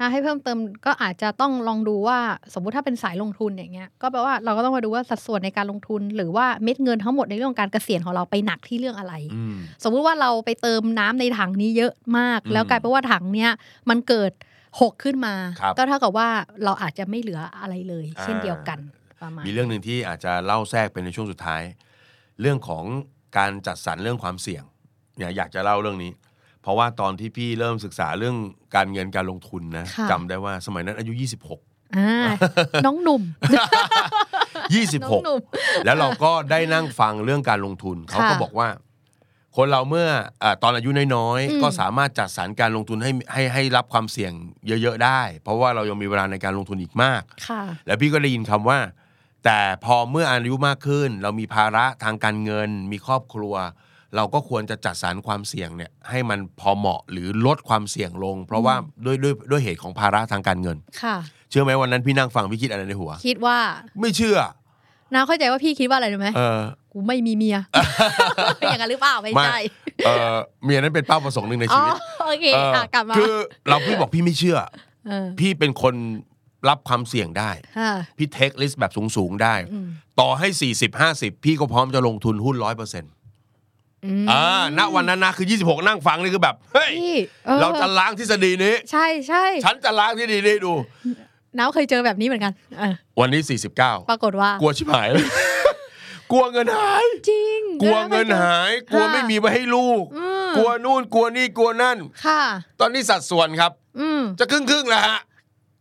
Speaker 2: ถ้าให้เพิ่มเติมก็อาจจะต้องลองดูว่าสมมุติถ้าเป็นสายลงทุนอย่างเงี้ยก็แปลว่าเราก็ต้องมาดูว่าสัดส่วนในการลงทุน หรือว่าเม็ดเงินทั้งหมดในเรื่องของการเกษียณของเราไปหนักที่เรื่องอะไร
Speaker 3: อืม
Speaker 2: สมมุติว่าเราไปเติมน้ำในถังนี้เยอะมาก
Speaker 3: อืม
Speaker 2: แล้วกลายเป็นว่าถังเนี้ยมันเกิดหกขึ้นมา
Speaker 3: ครับ
Speaker 2: ก็เท่ากับว่าเราอาจจะไม่เหลืออะไรเลย เช่นเดียวกันประมาณ
Speaker 3: มีเรื่องหนึ่งที่อาจจะเล่าแทรกเป็นในช่วงสุดท้าย เรื่องของการจัดสรรเรื่องความเสี่ยงเนี่ยอยากจะเล่าเรื่องนี้ เพราะว่าตอนที่พี่เริ่มศึกษาเรื่องการเงินการลงทุนนะ
Speaker 2: ค่ะ
Speaker 3: จำได้ว่าสมัยนั้นอายุ 26
Speaker 2: อ่
Speaker 3: [LAUGHS]
Speaker 2: าน้องหนุ่มน้องหนุ่
Speaker 3: 26
Speaker 2: ม
Speaker 3: แล้วเราก็ได้นั่งฟังเรื่องการลงทุน เขาก็บอกว่า คนเราเมื่ออาตอนอายุน้อย
Speaker 2: อืม
Speaker 3: ๆ ก็สามารถจัดสรรการลงทุนให้ให้ให้รับความเสี่ยงเยอะ ๆ ได้ เพราะว่าเรายังมีเวลาในการลงทุนอีกมาก
Speaker 2: ค่ะ
Speaker 3: แล้วพี่ก็ได้ยินคำว่า แต่พอเมื่ออายุมากขึ้น เรามีภาระทางการเงิน มีครอบครัว เราก็ควรจะจัดสรรความเสี่ยงเนี่ยให้มันพอเหมาะหรือลดความเสี่ยงลง เพราะว่าด้วยด้วยด้วยเหตุของภาระทางการเงิน
Speaker 2: ค่ะ
Speaker 3: เชื่อไหมวันนั้นพี่นั่งฟังพี่คิดอะไรในหัว
Speaker 2: คิดว่า
Speaker 3: ไม่เชื่อ
Speaker 2: น้าเข้าใจว่าพี่คิดว่าอะไรรู้ไหม
Speaker 3: เออ
Speaker 2: กูไม่มีเมีย
Speaker 3: [LAUGHS]
Speaker 2: เป็นอย่างนั้นหรือเปล่าไม่
Speaker 3: ไม่
Speaker 2: ใช่
Speaker 3: เออเมียนั้นเป็นเป้าประสงค์หนึ่งในชีวิต
Speaker 2: อ๋อโอเค
Speaker 3: เออ
Speaker 2: อ่ะกลับมา
Speaker 3: คือเราพี่บอกพี่ไม่เชื่อ
Speaker 2: เออ
Speaker 3: พี่เป็นคนรับความเสี่ยงได้
Speaker 2: ค่ะ
Speaker 3: พี่เทคลิสต์แบบสูง ๆ ได้
Speaker 2: อืม
Speaker 3: ต่อให้ 40 50 พี่ก็พร้อมจะลงทุนหุ้นร้อยเปอร์เซ็นต์
Speaker 2: อืม
Speaker 3: อ่าณวันนั้นนะคือ 26 นั่งฟังนี่คือแบบ เฮ้ย
Speaker 2: พี่
Speaker 3: เราจะล้างทฤษฎีนี้
Speaker 2: ใช่ใช่
Speaker 3: ฉันจะล้างทฤษฎีนี้ดู
Speaker 2: น้าเคยเจอแบบนี้เหมือนกันเออ
Speaker 3: วันนี้ 49 ก
Speaker 2: ปรากฏว่า
Speaker 3: ลัวชิบหาย [LAUGHS] เลย กลัวเงินหาย
Speaker 2: จริง
Speaker 3: กลัวเงินหาย กลัวไม่มีไว้ให้ลูก
Speaker 2: อืม
Speaker 3: กลัวนู่นกลัวนี่กลัวนั่น
Speaker 2: ค่ะ
Speaker 3: ตอนนี้สัดส่วนครับ
Speaker 2: อืม
Speaker 3: จะครึ่งครึ่งๆแล้วฮะ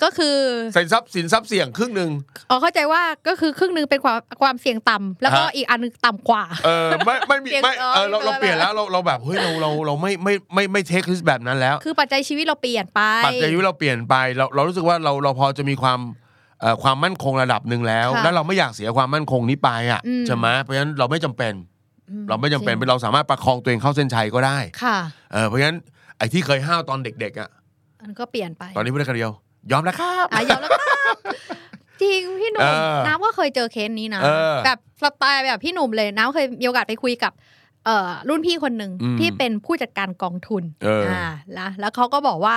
Speaker 2: ก็คือ
Speaker 3: สินทรัพย์สินทรัพย์เสี่ยงครึ่งหนึ่ง
Speaker 2: อ๋อเข้าใจว่าก็คือครึ่งหนึ่งเป็นความความเสี่ยงต่ำแล้วก็
Speaker 3: ฮะ
Speaker 2: อีกอันหนึงต่ำกว่า
Speaker 3: เออไม่ไม่มี
Speaker 2: เปลี่ยน
Speaker 3: ไม่เออเราเรา
Speaker 2: เออ
Speaker 3: เปลี่ยนแล้วเราเราแบบเฮ้ยเราเราเราไม่ไม่ไม่ไม่เทคริสแบบนั้นแล้ว
Speaker 2: คือปัจจัยชีวิตเราเปลี่ยนไป
Speaker 3: ปัจจัยชีวิตเราเปลี่ยนไปเราเรารู้สึกว่าเราเราพอจะมีความเอ่อความมั่นคงระดับหนึ่งแล้ว
Speaker 2: ค่ะ
Speaker 3: แล้วเราไม่อยากเสียความมั่นคงนี้ไปอ่ะ
Speaker 2: อืม
Speaker 3: ใช่ไหมเพราะฉะนั้นเราไม่จำเป็น
Speaker 2: อื
Speaker 3: เราไม่จำเป็น
Speaker 2: จริง
Speaker 3: เราสามารถประคองตัวเองเข้าเส้นชัยก็ได้
Speaker 2: ค่ะ
Speaker 3: เออเพราะฉะนั้นไอ้ที่เคยห้าวตอนเด็กๆอ่ะ
Speaker 2: อันก็เปลี่ยนไป
Speaker 3: ตอนนี้พูดได้คำเดียวยอมแล้วครับ
Speaker 2: อ่ะยอมแล้วครับจริงพี่หนุ่ม
Speaker 3: เออ
Speaker 2: น้ำก็เคยเจอเคสนี้นะ
Speaker 3: เออ
Speaker 2: แบบสไตล์แบบพี่หนุ่มเลยน้ำเคยมีโอกาสไปคุยกับเอ่อรุ่นพี่คนหนึ่ง
Speaker 3: อืม
Speaker 2: ที่เป็นผู้จัดการกองทุน
Speaker 3: เอออ่
Speaker 2: แล้วแล้วเขาก็บอกว่า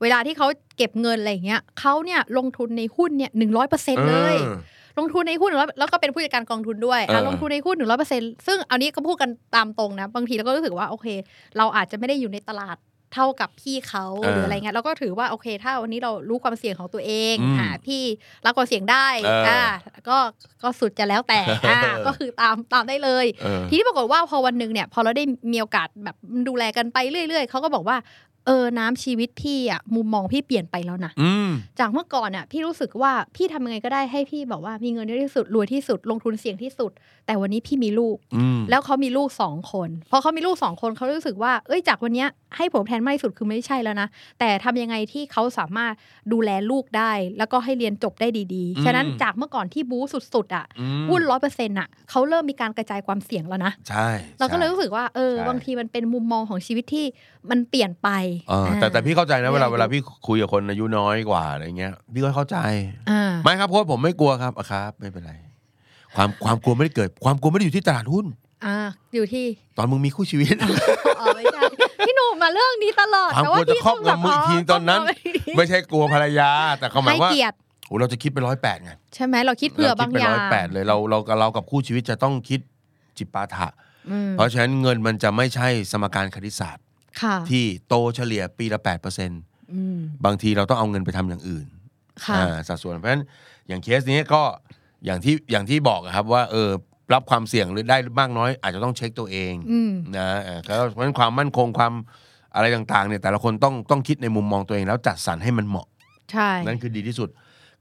Speaker 2: เวลาที่เขาเก็บเงินอะไรอย่างเงี้ยเขาเนี่ยลงทุนในหุ้นเนี่ยหนึ่งร้อยเปอร์เซ็นต์เลย
Speaker 3: ออ
Speaker 2: ลงทุนในหุ้นแล้วแล้วก็เป็นผู้จัดการกองทุนด้วยอ่ะ
Speaker 3: เออ
Speaker 2: ลงทุนในหุ้นหนึ่งร้อยเปอร์เซ็นต์ซึ่งอันนี้ก็พูดกันตามตรงนะ บางทีเราก็รู้สึกว่าโอเค เราอาจจะไม่ได้อยู่ในตลาดเท่ากับพี่เขาหรืออะไรเงี้ยเราก็ถือว่าโอเค ถ้าวันนี้เรารู้ความเสี่ยงของตัวเอง
Speaker 3: อืม
Speaker 2: อ่าพี่รับความเสี่ยงได้
Speaker 3: เอออ่
Speaker 2: าก็ก็สุดจะแล้ว [LAUGHS] แต่อ่า
Speaker 3: เออ
Speaker 2: ก็คือตามตามได้เลย
Speaker 3: เออ
Speaker 2: ทีนี้ปรากฏว่าพอวันหนึ่งเนี่ยพอเราได้มีโอกาสแบบดูแลกันไปเรื่อย ๆเขาก็บอกว่าเออน้ำชีวิตพี่อ่ะมุมมองพี่เปลี่ยนไปแล้วนะ
Speaker 3: อืม
Speaker 2: จากเมื่อก่อนอ่ะพี่รู้สึกว่าพี่ทำยังไงก็ได้ให้พี่บอกว่ามีเงินเยอะที่สุดรวยที่สุดลงทุนเสี่ยงที่สุด แต่วันนี้พี่มีลูก
Speaker 3: อืม
Speaker 2: แล้วเขามีลูกสองคนพอเขามีลูกสองคนเขารู้สึกว่าเอ้ยจากวันเนี้ยให้ผมแทนมากที่สุดคือไม่ใช่แล้วนะ แต่ทำยังไงที่เขาสามารถดูแลลูกได้ แล้วก็ให้เรียนจบได้ดี
Speaker 3: อื
Speaker 2: ๆ
Speaker 3: ม
Speaker 2: ฉะนั้นจากเมื่อก่อนที่บู๊สุดๆอ่ะ
Speaker 3: อืม
Speaker 2: หุ้นร้อยเปอร์เซ็นต์อ่ะเขาเริ่มมีการกระจายความเสี่ยงแล้วนะ
Speaker 3: ใช่
Speaker 2: เราก็เลย
Speaker 3: ใช่
Speaker 2: รู้สึกว่าเออ
Speaker 3: ใช่
Speaker 2: บางทีมันเป็นมุมมองของชีวิตที่มันเปลี่ยนไป
Speaker 3: เออแต่แต่พี่เข้าใจนะเวลา
Speaker 2: เรื่อยๆ
Speaker 3: เวลาพี่คุยกับคนอายุน้อยกว่าอะไรเงี้ยพี่ก็เข้าใจ
Speaker 2: อ่า
Speaker 3: ไม่ครับโค้ชผมไม่กลัวครับอ่ะครับ ไม่เป็นไร ความความกลัวไม่ได้เกิด ความกลัวไม่ได้อยู่ที่ตลาดหุ้น
Speaker 2: อ่าอยู่ที่
Speaker 3: ตอนมึงมีคู่ชี
Speaker 2: [LAUGHS]
Speaker 3: วิต [LAUGHS]
Speaker 2: อ๋อไม่ใช่พี่หนุ่มมาเรื่องนี้ตลอด
Speaker 3: ความ
Speaker 2: แต่
Speaker 3: กลั
Speaker 2: ว่าว
Speaker 3: จะ
Speaker 2: พี่
Speaker 3: ครอบงำมึงอีกทีตอนนั้น
Speaker 2: ครบงำอีกที
Speaker 3: ไม่ใช่กลัวภรรยา แต่เขาหมาย
Speaker 2: ให้
Speaker 3: ว่า
Speaker 2: เกียรติ
Speaker 3: โอ้เราจะคิดไปร้อยแปดไง
Speaker 2: ใช่ไหมเราคิดเผื่อบาง
Speaker 3: รคิดไป
Speaker 2: อย่าง
Speaker 3: ร้อยแปดเลยเราเราเรากับคู่ชีวิตจะต้องคิดจิปาถะ
Speaker 2: อืม
Speaker 3: เพราะฉะนั้นเงินมันจะไม่ใช่สมการคณิตศาสตร์
Speaker 2: ค่ะ
Speaker 3: ที่โตเฉลี่ยปีละ8%เปอร์เซ็นต์
Speaker 2: อืม
Speaker 3: บางทีเราต้องเอาเงินไปทำอย่างอื่น
Speaker 2: ค่ะ
Speaker 3: อ่าสัดส่วนเพราะฉะนั้นอย่างเคสนี้ก็อย่างที่อย่างที่บอกอะครับว่าเออรับความเสี่ยงหรือได้มากน้อย อาจจะต้องเช็คตัวเอง
Speaker 2: อืม
Speaker 3: นะเออแล้วเพราะฉะนั้นความมั่นคงความอะไรต่างๆเนี่ยแต่ละคนต้องต้องคิดในมุมมองตัวเองแล้วจัดสรรให้มันเหมาะ
Speaker 2: ใช่
Speaker 3: นั่นคือดีที่สุด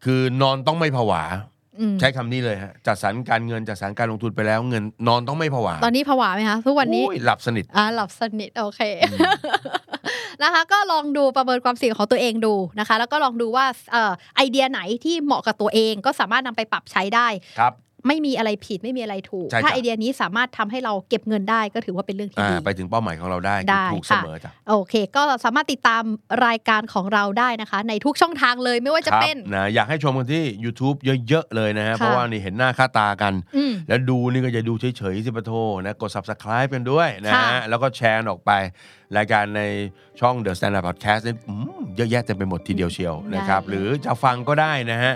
Speaker 3: คือนอนต้องไม่ผวา
Speaker 2: อืม
Speaker 3: ใช้คำนี้เลยฮะจัดสรรการเงินจัดสรรการลงทุนไปแล้วเงินนอนต้องไม่ผวา
Speaker 2: ตอนนี้ผวาไหมคะทุกวันนี้
Speaker 3: โอ้ยหลับสนิท
Speaker 2: อ่าหลับสนิทโอเค [LAUGHS] นะคะ ก็ลองดูประเมินความเสี่ยงของตัวเองดูนะคะ แล้วก็ลองดูว่าเอ่อไอเดียไหนที่เหมาะกับตัวเองก็สามารถนำไปปรับใช้ได้
Speaker 3: ครับ
Speaker 2: ไม่มีอะไรผิดไม่มีอะไรถูก
Speaker 3: ใช่
Speaker 2: ถ้า
Speaker 3: ครับ
Speaker 2: ไอเดียนี้สามารถทำให้เราเก็บเงินได้ก็ถือว่าเป็นเรื่องที่
Speaker 3: อ่า
Speaker 2: ดี
Speaker 3: ไปถึงเป้าหมายของเราได้
Speaker 2: ได้
Speaker 3: ถูกเส
Speaker 2: ค่ะ
Speaker 3: มอจ้ะ
Speaker 2: โอเค ก็สามารถติดตามรายการของเราได้นะคะ ในทุกช่องทางเลยไม่ว่าจะ
Speaker 3: ครับ
Speaker 2: เป็น
Speaker 3: นะอยากให้ชมกันที่ YouTube เยอะๆเลยนะฮะ
Speaker 2: ค่ะ
Speaker 3: เพราะว่านี่เห็นหน้าค่าตากัน
Speaker 2: อืม
Speaker 3: แล้วดูนี่ก็จะดูเฉยๆสิปะโทนะกด subscribe กันด้วยนะฮะ
Speaker 2: ค่ะ
Speaker 3: แล้วก็แชร์ออกไป รายการในช่อง The Standard Podcast นี่อืมเยอะแยะเต็มไปหมดทีเดียวเชียวนะครับ หรือจะฟังก็ได้นะฮะ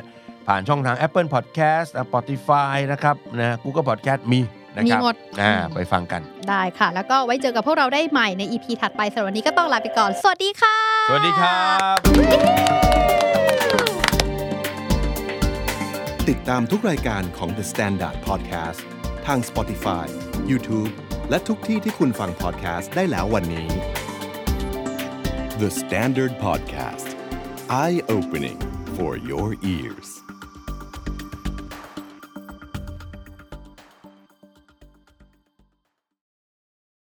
Speaker 3: ผ่านช่องทาง Apple Podcast อ่ะ Spotify นะครับนะ Google Podcast มีนะ
Speaker 2: มี
Speaker 3: ครับ
Speaker 2: หมด
Speaker 3: อ่าไปฟังกัน
Speaker 2: ได้ค่ะ แล้วก็ไว้เจอกับพวกเราได้ใหม่ใน EP ถัดไปสำหรับวันนี้ก็ต้องลาไปก่อน สวัสดีค่ะ
Speaker 3: สวัสดีครับ
Speaker 1: ติดตามทุกรายการของ The Standard Podcast ทาง Spotify, YouTube และทุกที่ที่คุณฟัง podcast ได้แล้ววันนี้ The Standard Podcast Eye Opening for Your Ears